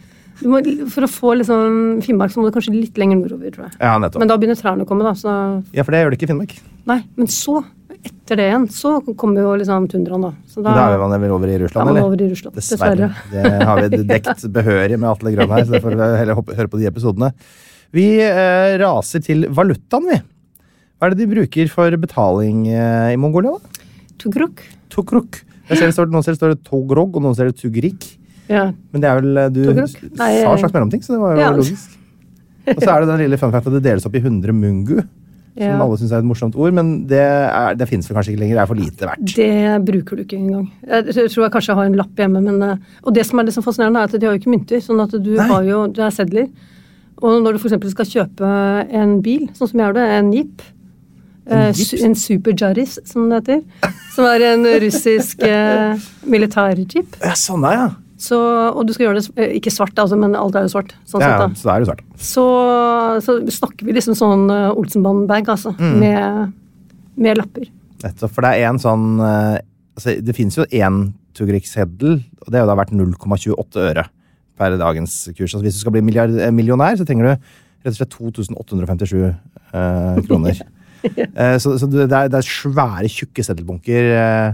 Du må, for å få liksom Finnmark, så må du kanskje litt lenger nordover, tror jeg. Ja, nettopp. Men da begynner trærne å komme, da. Så Ja, for det gjør det ikke i Finnmark. nei. Men så, etter det igjen, så kommer jo liksom tundraen, da. Så Da er man vel over i da er Russland, man eller? over i Russland. Dessverre. Dessverre. Det har vi dekt behørig med Atle Grønn her, så derfor får vi heller hoppe, høre på de episodene. Vi eh, raser til valutaen, vi. Hva er det de bruker for betaling eh, i Mongolia, da? Tugruk. Tukruk. Jeg ser det står, noen steder står det togrog, og noen steder tugrik. Ja. Men det er vel eh, Du Tugruk? Nei, sa eh, en slags mellomting, så det var jo ja. logisk. Og så er det den lille fun fact at det deles opp i 100 mungu, som Ja. alle syns er et morsomt ord, men det, er, det fins vel kanskje ikke lenger. Det er for lite verdt. Det bruker du ikke engang. Jeg tror jeg kanskje jeg har en lapp hjemme, men eh, Og det som er liksom fascinerende, er at de har jo ikke mynter, sånn at du Nei. har jo Det er sedler. Og når du f.eks. skal kjøpe en bil, sånn som jeg har det, en jeep eh, jeep? su- En Super Jaris, som det heter. Som er en russisk eh, militærjeep. Ja, sånn er ja. Så, og du skal gjøre det s- eh, ikke svart, altså, men alt er jo svart. Sånn ja, sett, ja. da. Så da er det svart. Så, så snakker vi liksom sånn eh, Olsenbanen-bag, altså. Mm. Med, med lapper. Nettopp, for det er en sånn eh, altså, Det finnes jo én Tugrix-seddel, og det har jo da vært 0,28 øre per dagens kurs. Altså, hvis du skal bli milliard, eh, millionær, så trenger du rett og slett 2857 eh, kroner. Eh, så så det, det, er, det er svære, tjukke seddelbunker. eh,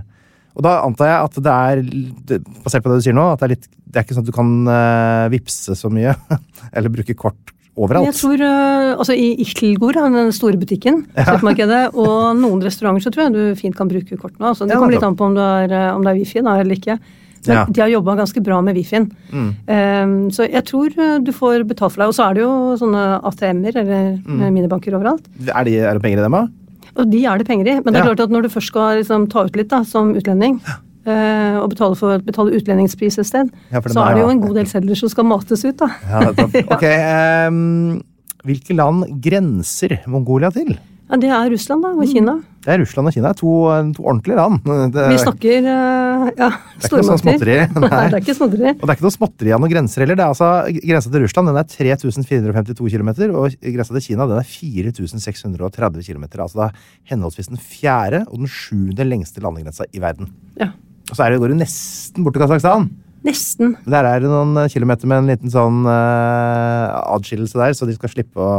og da antar jeg at det er, l- det- basert på det du sier nå, at det er, litt, det er ikke sånn at du kan eh, vippse så mye. eller bruke kort overalt. Jeg tror, eh, altså I Ichtelgård, den store butikken, supermarkedet, og noen restauranter så tror jeg du fint kan bruke kort nå. Altså, det Ja, kommer litt nettopp. an på om, du er, eh, om det er wifi da, eller ikke. Men Ja. Mm. de har jobba ganske bra med wifien. Eh, så jeg tror eh, du får betalt for deg. Og så er det jo sånne ATM-er eller Mm. eh, minibanker overalt. Er, de, er det penger i dem, da? Og de er det penger i. Men det er Ja. klart at når du først skal liksom, ta ut litt da, som utlending, eh, og betale, for, betale utlendingspris et sted, Ja, for det så må er jeg det jo ha. en god del sedler som skal mates ut. da. Ja, nettopp. ok, ehm, Hvilke land grenser Mongolia til? Ja, Det er Russland da, Mm. og Kina. Det er Russland og Kina. To, to ordentlige land. Det, Vi snakker eh, ja, det er ikke noe sånn småtteri. Nei. det er ikke småtteri. Og det er ikke noe småtteri av noen grenser heller. Det er altså, Grensa til Russland den er 3452 km, og grensa til Kina den er 4630 km. Altså det er henholdsvis den fjerde og den sjuende lengste landegrensa i verden. Ja. Og så er det, går du nesten bort til Kasakhstan. Nesten. Der er det noen eh, kilometer med en liten sånn eh, adskillelse der, så de skal slippe å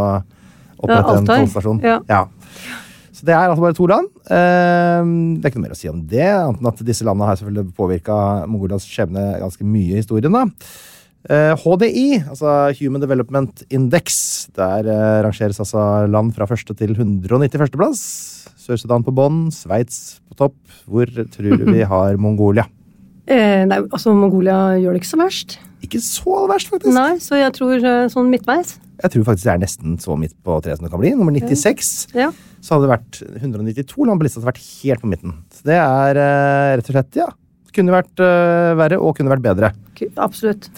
opprette en Altai. tollstasjon. Ja. Så det er altså bare to land. Eh, det er ikke noe mer å si om det, annet enn at disse landene har selvfølgelig påvirka Mongolias skjebne ganske mye i historien. da. Eh, HDI, altså Human Development Index, der eh, rangeres altså land fra første til 191. plass. Sør-Sudan på bånn, Sveits på topp. Hvor tror du vi har Mongolia? Eh, nei, altså Mongolia gjør det ikke så verst. Ikke så verst, faktisk. Nei, så jeg tror eh, sånn midtveis. Jeg tror faktisk det er nesten så midt på treet som det kan bli. Nummer 96. Ja. Så hadde det vært 192 land på lista som hadde vært helt på midten. Så det er eh, rett og slett, ja. Kunne vært eh, verre og kunne vært bedre. Ku- Absolutt.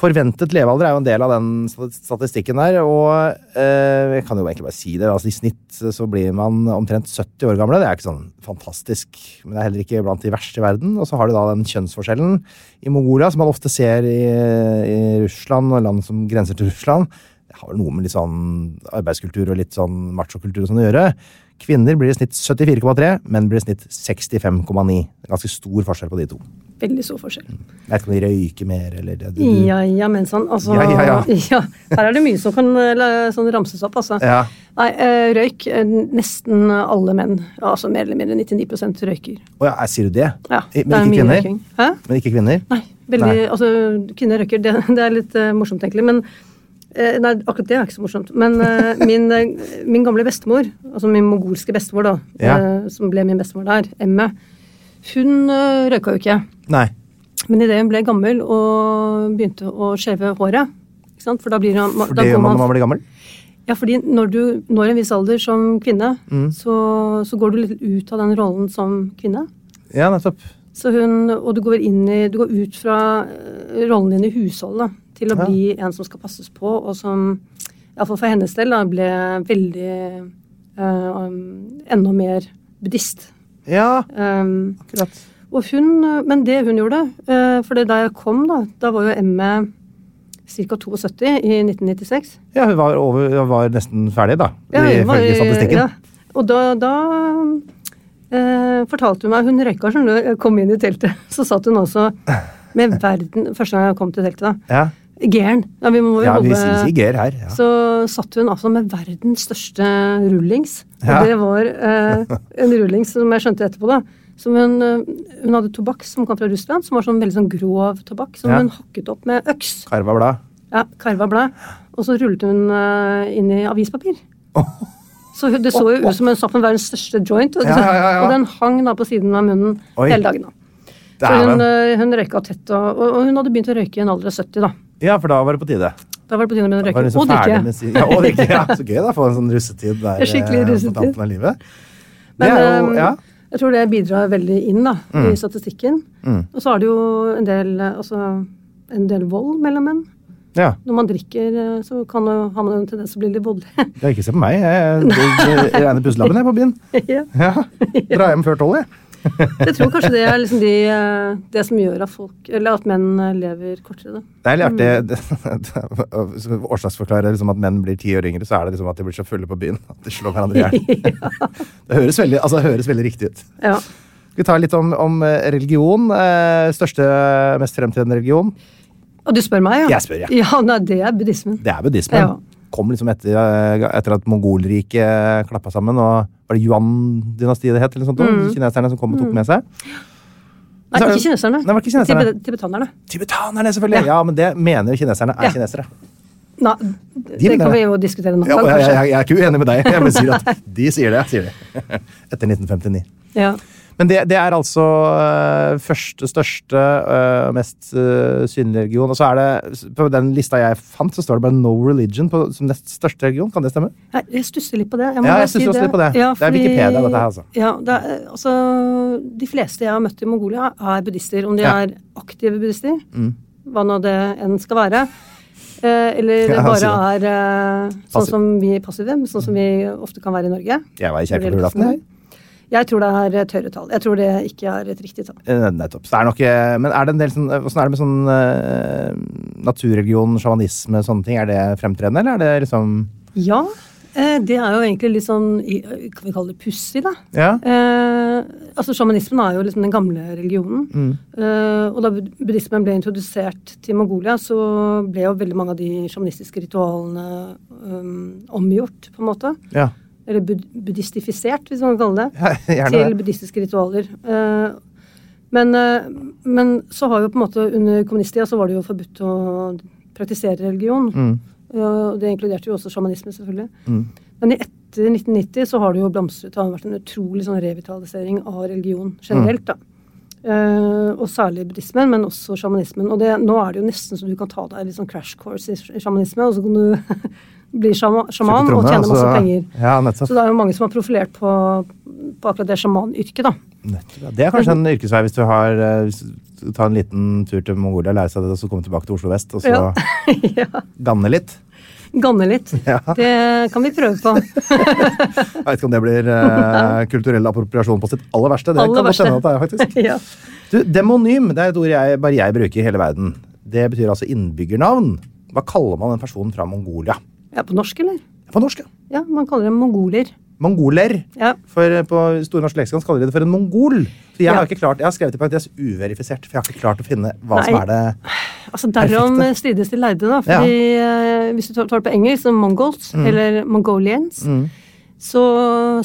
Forventet levealder er jo en del av den stati- statistikken der, og eh, jeg kan jo egentlig bare si det. altså I snitt så blir man omtrent 70 år gamle. Det er ikke sånn fantastisk, men det er heller ikke blant de verste i verden. Og så har du da den kjønnsforskjellen i Mongolia, som man ofte ser i, i Russland og land som grenser til Russland. Det har vel noe med litt sånn arbeidskultur og litt sånn machokultur og sånn å gjøre. Kvinner blir i snitt 74,3, menn blir i snitt 65,9. Det er Ganske stor forskjell på de to. Veldig stor forskjell. Jeg vet ikke om de røyker mer, eller det, du, du. Ja ja, men sånn. Altså, Mm. Ja, ja, ja. her er det mye som kan eh, la- sånn ramses opp, altså. Ja. Nei, eh, røyk. eh, Nesten alle menn, altså mer eller mindre 99 røyker. Å ja, sier du det? Ja, I- det er Eh, Men ikke mye kvinner? røyking. Hæ? Men ikke kvinner? Nei, veldig, Nei. altså kvinner røyker, det, det er litt eh, morsomt egentlig, men eh, Nei, akkurat det er ikke så morsomt. Men eh, min, eh, min gamle bestemor, altså min mongolske bestemor, da, Ja. eh, som ble min bestemor der, Emme, hun eh, røyka jo ikke. Nei. Men idet hun ble gammel og begynte å skjeve håret ikke sant? For da blir han, For da det går gjør man når man blir gammel? Ja, fordi når du når en viss alder som kvinne, Mm. så, så går du litt ut av den rollen som kvinne. Ja, nettopp. Så hun, og du går, inn i, du går ut fra eh, rollen din i husholdet til å Ja. bli en som skal passes på, og som iallfall for hennes del da, ble veldig eh, um, enda mer buddhist. Ja, Um, akkurat. og hun, eh, men det hun gjorde, eh, for det da jeg kom, da, da var jo Emme ca. 72 i 1996. Ja, hun var, over, hun var nesten ferdig, da. Ja, hun var Ifølge i- statistikken. ja. Og da, da eh, fortalte hun meg Hun røyka som hun kom inn i teltet. Så satt hun også med verden Første gang jeg kom til teltet, da. Ja, Gæren. Ja, vi må jo ja vi holde sier sier Geir her. Ja. Så satt hun altså med verdens største rullings. Og Ja. det var eh, en rullings som jeg skjønte etterpå, da. Som hun, eh, hun hadde tobakk som kom fra Russland, som var sånn veldig sånn grov tobakk. Som Ja. hun hakket opp med øks. Karva blad. Ja, karva blad. Og så rullet hun eh, inn i avispapir. Så hun- det så jo ut som hun satt med verdens største joint, og, Ja, ja, ja, ja. og den hang da på siden av munnen Oi. hele dagen. da. Så Dæven. hun, eh, hun røyka tett, og, og, og hun hadde begynt å røyke i en alder av 70, da. Ja, for da var det på tide. Da var det eh, på tide Da med å var røyke. hun liksom og ferdig med drikke. sin- Ja, og drikke. Ja, så gøy da, få en sånn russetid der Skikkelig eh, russetid. på tampen av livet. Det Men er jo, eh, ja. Mm. jeg tror det bidrar veldig inn da, i statistikken. Og så er det jo en del, eh, altså, en del vold mellom menn. ja. Når man drikker, eh, så kan jo, har man jo en tendens til å bli litt voldelig. Ja, ikke se på meg. Jeg, jeg, jeg, jeg regner pusselabben jeg på byen. ja. Ja. Dra hjem før tolv, jeg. Jeg tror kanskje det er liksom de, eh, det som gjør at folk, eller at menn eh, lever kortere. Da. Det er litt artig. det- det- Årsaksforklarer liksom at menn blir ti år yngre, så er det liksom at de blir så fulle på byen at de slår hverandre i hjel. Det høres veldig, altså, det høres veldig riktig ut. Ja. Skal vi ta litt om, om eh, religion? Eh, største, mest fremtredende religion? Og du spør meg, ja? Jeg spør, ja. Ja, nei, det er buddhismen. Det er buddhismen. Ja. Kom liksom etter, eh, etter at Mongolriket klappa sammen, og var det Yuan-dynastiet det het? eller noe sånt, de Kineserne som kom og tok med seg? Nei, Så er ikke det- kineserne. Nei, det var ikke kineserne. Tibet- Tibetanerne. Tibetanerne, selvfølgelig! Ja, men det mener jo kineserne er Ja. kinesere. Nei, det mener kan vi det. jo diskutere en Ja, annen og jeg, gang, jeg, jeg er ikke uenig med deg. Jeg bare sier at de sier det. sier det. Etter 1959. kanskje. Ja. Men det, det er altså eh, første, største, eh, mest eh, synlige religion. Og så er det, på den lista jeg fant, så står det bare no religion på, som nest største religion. Kan det stemme? Nei, Jeg stusser litt på det. Ja, må bare jeg stusser også litt på det. Det er Wikipedia, dette her, altså. Ja, det er, altså, De fleste jeg har møtt i Mongolia, er buddhister. Om de Ja. Mm. er aktive buddhister, hva nå det enn skal være. eh, Eller det Ja, bare altså. er eh, Passiv. Mm. sånn som vi er passive, men sånn som vi ofte kan være i Norge. Jeg var i kirka på Når det gjelder julaften, jeg. Jeg tror det er et høyere tall. Jeg tror det ikke er et riktig tall. Eh, Nettopp. Så det er nok, eh, men er det en del sånn, eh, hvordan er det med sånn eh, naturreligion, sjamanisme, sånne ting? Er det fremtredende, eller er det liksom Ja, eh, det er jo egentlig litt sånn i- Kan vi kalle det pussig, da? Ja. Eh, Altså Sjamanismen er jo liksom den gamle religionen. Eh, og da bud- buddhismen ble introdusert til Mongolia, så ble jo veldig mange av de sjamanistiske ritualene um, omgjort, på en måte. Ja. Eller bud buddhistifisert, hvis man kan kalle det Gjerne til det. buddhistiske ritualer. Eh, Men, eh, men så har jo på en måte under kommunisttida så var det jo forbudt å praktisere religion. Mm. Eh, Og det inkluderte jo også sjamanisme, selvfølgelig. Men i etter 1990 så har det jo blomstret. Det har vært en utrolig sånn revitalisering av religion generelt. da. Eh, og særlig buddhismen, men også sjamanismen. Og det, nå er det jo nesten så du kan ta deg litt sånn crash course i sj- sjamanisme, og så kan du bli sjama, Kjøpe sjaman og trommene, tjene masse altså. penger. Ja, nettopp. Så det er jo mange som har profilert på, på akkurat det sjamanyrket, da. Nettopp, ja. Det er kanskje en yrkesvei hvis du har eh, hvis du tar en liten tur til Mongolia, lære seg det, og så komme tilbake til Oslo vest og så Ja. ja. ganne litt. Ganne litt. Ja. Det kan vi prøve på. Jeg vet ikke om det blir eh, kulturell appropriasjon på sitt aller verste. Det kan Aller godt verste. hende at det er, faktisk. ja. Du, demonym det er et ord jeg, bare jeg bruker i hele verden. Det betyr altså innbyggernavn. Hva kaller man en person fra Mongolia? ja, på norsk, eller? På norsk, ja. Ja, man kaller dem mongoler. Mongoler. Ja. For eh, på Store norske leksikon kaller de det for en mongol. Så jeg, Ja. har ikke klart, jeg har skrevet i parentes uverifisert, for jeg har ikke klart å finne hva Nei. som er det Altså Derom Perfekt, det. strides de lærde, da. Fordi eh, hvis du tar tar det på engelsk, som mongols, Mm. eller mongolians, så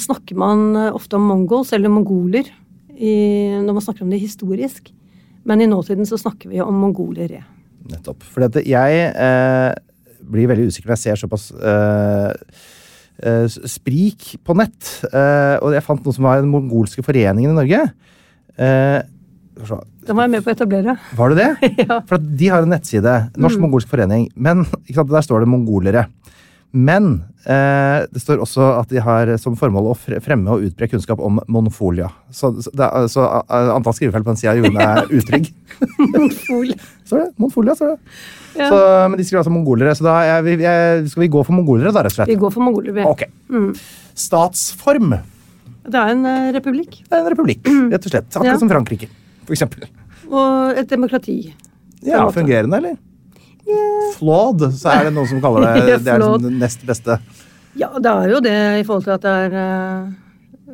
snakker man eh, ofte om mongols eller mongoler i, når man snakker om det historisk. Men i nåtiden så snakker vi om mongolere. Nettopp. For dette, jeg eh, blir veldig usikker når jeg ser såpass eh, eh, s- sprik på nett. Eh, og jeg fant noe som var den mongolske foreningen i Norge. Eh, skal vi se. Den var jeg med på å etablere. var du det? Ja. For at de har en nettside, Norsk mongolsk forening, men ikke sant, der står det mongolere. Men eh, det står også at de har som formål å fre- fremme og utbre kunnskap om monfolia. Så, så, det er- så a- a- antall skrivefeil på den sida gjorde meg utrygg. Mongol. Står det? Monfolia, står det. Ja. Så, men de skriver altså mongolere, så da er vi, jeg, skal vi gå for mongolere, da, rett og Vi slett? går Mm. for mongoler, vi. Ok. Statsform. Det er en eh, republikk. Det er en republikk, rett og slett. Akkurat Mm. Ja. som Frankrike, for eksempel. Og et demokrati. Ja, måte. fungerende, eller? Flawed, så er det noen som kaller det. Ja, Det er liksom flawed. det nest beste. Ja, det er jo det i forhold til at det er eh,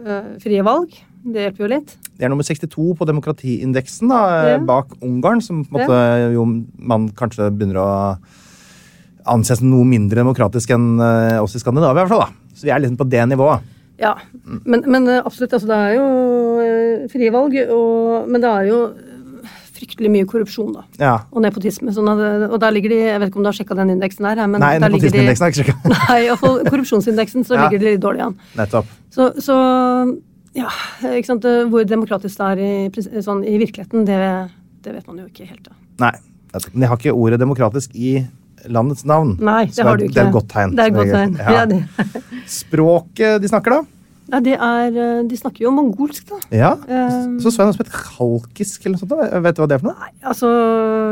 eh, frie valg. Det hjelper jo litt. Det er nummer 62 på demokratiindeksen, da, eh, Ja. bak Ungarn, som på en måte jo man kanskje begynner å anses som noe mindre demokratisk enn eh, oss i Skandinavia, i hvert fall. da. Så vi er liksom på det nivået. Ja, men, men eh, absolutt. Altså, det er jo eh, frie valg, og, men det er jo eh, fryktelig mye korrupsjon, da. Ja. Og nepotisme. Sånn at, og der ligger de Jeg vet ikke om du har sjekka den indeksen her, men Nei, der ligger de nepotismeindeksen har jeg ikke sjekket. Nei, iallfall korrupsjonsindeksen, så Ja. ligger de litt dårlig an. Nettopp. Så, så ja, ikke sant. eh, Hvor demokratisk det er i, prins- sånn, i virkeligheten, det, det vet man jo ikke helt, da. Nei. Men jeg har ikke ordet demokratisk i landets navn. Nei, det Så har du ikke. Det er et godt tegn. Det er et som godt regel. tegn. Ja. det. Språket de snakker, da? Nei, det er, eh, de snakker jo mongolsk, da. Ja. Eh, Så så jeg noe som het kalkisk eller noe sånt. da. Vet du hva det er for noe? Nei, altså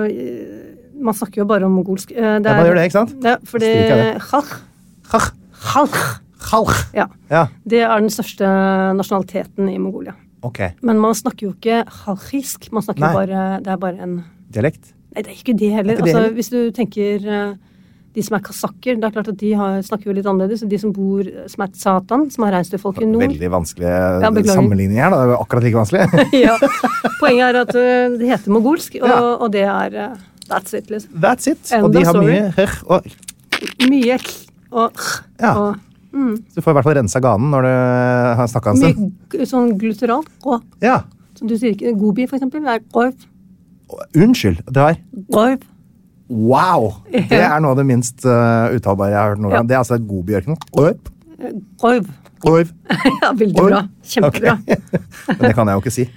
eh, Man snakker jo bare om mongolsk. Eh, Det Ja, man gjør det, ikke sant? Ja, fordi Stryker jeg Khalkh, Kalk. Khalkh, Kalk. ja, Ja. det er den største nasjonaliteten i Mongolia. Ok. Men man snakker jo ikke khalkhisk. Man snakker Nei. jo bare Det er bare en Dialekt. Nei, det er ikke det heller. ikke det altså, heller. Hvis du tenker eh, de som er kasakker, det er klart at de har, snakker jo litt annerledes. og De som bor som er satan, som har reinsdyrfolk i nord, Veldig vanskelig eh, beklager. sammenligning her. da. Det er jo akkurat like vanskelig. ja. Poenget er at eh, det heter mongolsk, og, Ja. og det er eh, That's it, liksom. That's it. og Enda de har sorry. mye hør. Og Mye k og kh Ja. og så du får i hvert fall rensa ganen når du har snakka en stund. mye g sånn gluteral. Gå. Ja. Som du sier ikke Gobi, for eksempel, er gorv. Unnskyld. Det var Gorv. wow! Det er noe av det minst eh, uttalbare jeg har hørt noen Ja. gang. Det er altså godbjørken. Orp. Gorv. Orp. Ja, veldig Gorv. bra. Kjempebra. Men det kan jeg jo ikke si.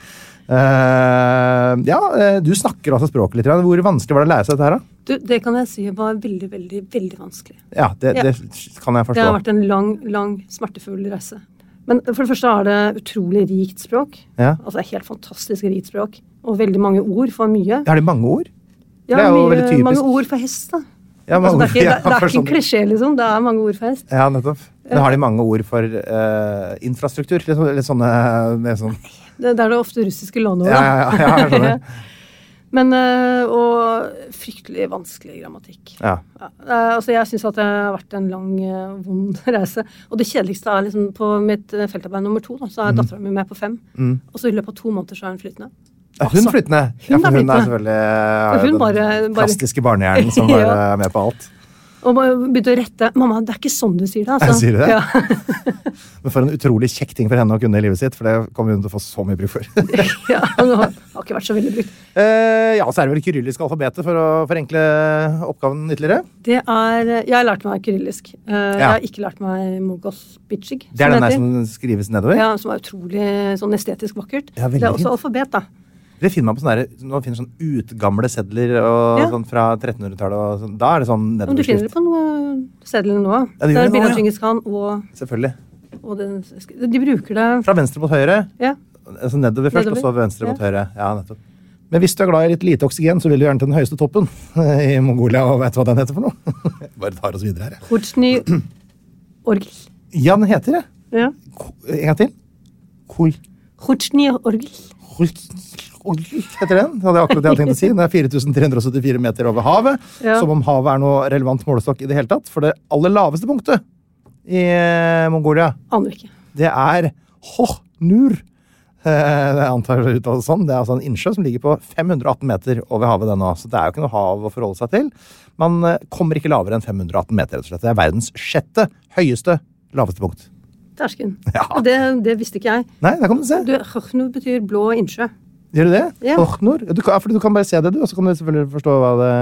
Eh, ja, eh, du snakker altså språket litt. grann. Hvor vanskelig var det å lære seg dette her, da? Du, det kan jeg si var veldig, veldig, veldig vanskelig. Ja, det, Ja. det kan jeg Det har forstå. vært en lang, lang, smertefull reise. Men for det første er det utrolig rikt språk. Ja. Altså det er Helt fantastisk rikt språk. Og veldig mange ord for mye. Har de mange ord? Ja, det er jo mye- veldig typisk. Mange ord for hest, da. Ja, mange altså, ord- det er ikke, ja, det, det er for ikke en sånn- klisjé, liksom. Det er mange ord for hest. Ja, nettopp. Men har de mange ord for eh, infrastruktur? Litt, så- litt sånne med sånn Det, det er det ofte russiske låneord. Ja, da. ja, ja. ja jeg skjønner. Men, eh, og fryktelig vanskelig grammatikk. Ja. Ja, eh, altså jeg syns at det har vært en lang, eh, vond reise. Og det kjedeligste er liksom på mitt eh, feltarbeid nummer to, da, så Mm. er dattera mi med på fem. Og så i løpet av to måneder så er hun flytende. Er hun flytende? ja, Altså, for Hun er hun er flytende. selvfølgelig eh, har For hun jo bare- den bare- plastiske barnehjernen som Ja. bare er med på alt. Og bare begynte å rette. 'Mamma, det er ikke sånn du sier det.' Altså. Jeg sier det? Ja. Men for en utrolig kjekk ting for henne å kunne i livet sitt, for det kommer hun til å få så mye bruk for. ja, det har har ikke vært så veldig brukt. Eh, ja, så er det vel kyrillisk alfabetet for å forenkle oppgaven ytterligere. Det er eh, Jeg lærte meg kyrillisk. Eh, Jeg har ikke lært meg mogos bitchig. Det er som den der heter. som skrives nedover. ja, som er utrolig sånn estetisk vakkert. Ja, veldig det er også fint. alfabet, da. Det finner man på sånne, der- man finner sånn utgamle sedler og, Ja. sånn fra 1300-tallet. og Sånn. Da er det sånn Men du finner det nedoverskrift. på noe seddelen nå. Ja, det gjør det det nå, er bilde av ja. Djengis Khan og, Selvfølgelig. og den, De bruker det Fra venstre mot høyre. Ja. Altså nedover først, Nedover. og så venstre mot Ja. høyre. Ja, nettopp. Men hvis du er glad i litt lite oksygen, så vil du gjerne til den høyeste toppen eh, i Mongolia. Og vet du hva den heter for noe? Bare tar oss videre her. jeg. Kortsny orgel. Ja, den heter det. Ja. Ko- En gang til. Koi. Kortsny orgel. heter den. Det hadde jeg akkurat det jeg hadde tenkt å si. Den er 4374 meter over havet. Ja. Som om havet er noe relevant målestokk i det hele tatt. For det aller laveste punktet i eh, Mongolia, Aner ikke. det er Hochnur. Eh, Jeg antar det uttales sånn. Det er altså en innsjø som ligger på 518 meter over havet. Den også. Så det er jo ikke noe hav å forholde seg til. Man eh, kommer ikke lavere enn 518 meter, rett og slett. Det er verdens sjette høyeste laveste punkt. Dæsken. Ja. Og Det, det visste ikke jeg. Nei, der kan du se. Du, Hørnu betyr blå innsjø. Gjør det det? Ja. Orknor? Ja, du, kan, ja, fordi du kan bare se det, du, og så kan du selvfølgelig forstå hva det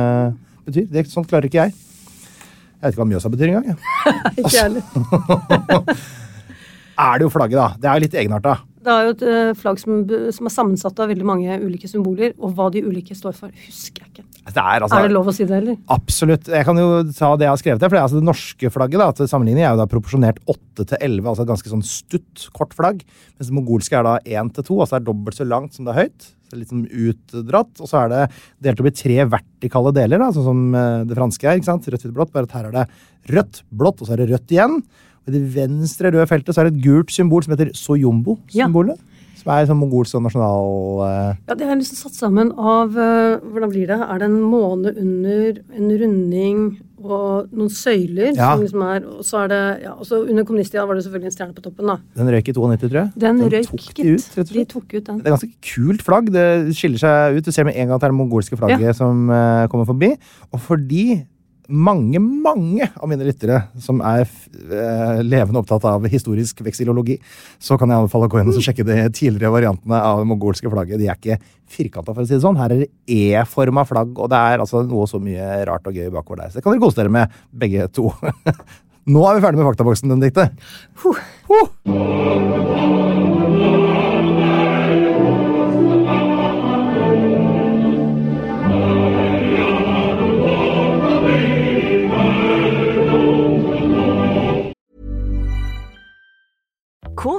betyr. Det, sånt klarer ikke jeg. Jeg vet ikke hva Mjøsa betyr engang. jeg. Ikke Altså. jeg heller. Er det jo flagget, da. Det er jo litt egenarta. Det er jo et eh, flagg som, b- som er sammensatt av veldig mange ulike symboler, og hva de ulike står for, husker jeg ikke. Det er altså Er det lov å si det, eller? Absolutt. Jeg kan jo ta det jeg har skrevet her. for det, er altså det norske flagget da, til sammenligning er jo da proporsjonert 8 til 11, altså et ganske sånn stutt, kort flagg. Mens det mongolske er da 1 til 2, altså det er dobbelt så langt som det er høyt. så det er Litt sånn utdratt. Og så er det delt opp i tre vertikale deler, da, sånn som eh, det franske er. ikke sant? Rødt, hvitt, blått. Bare at her er det rødt, blått, og så er det rødt igjen. Og I det venstre røde feltet så er det et gult symbol som heter soyombo-symbolet. Som er sånn mongolsk sånn nasjonal... eh, Ja, Det er liksom satt sammen av eh, Hvordan blir det? Er det en måne under, en runding og noen søyler? Ja. Som liksom er, og så er det, ja, og så Under kommunisttida var det selvfølgelig en stjerne på toppen, da. den røyk i 92, tror jeg. Den, røyk, tok de ut, gitt. rett og De slett. tok ut den. Det er ganske kult flagg. Det skiller seg ut. Du ser med en gang at det er det mongolske flagget som eh, kommer forbi. Og fordi mange, mange av mine lyttere som er f- eh, levende opptatt av historisk veksilologi, så kan jeg anbefale å gå inn og sjekke de tidligere variantene av det mongolske flagget. De er ikke firkanta, for å si det sånn. Her er det E-forma flagg, og det er altså noe så mye rart og gøy bakover der. Så det kan dere kose dere med, begge to. Nå er vi ferdig med faktaboksen, Benedikte. Huh. Cool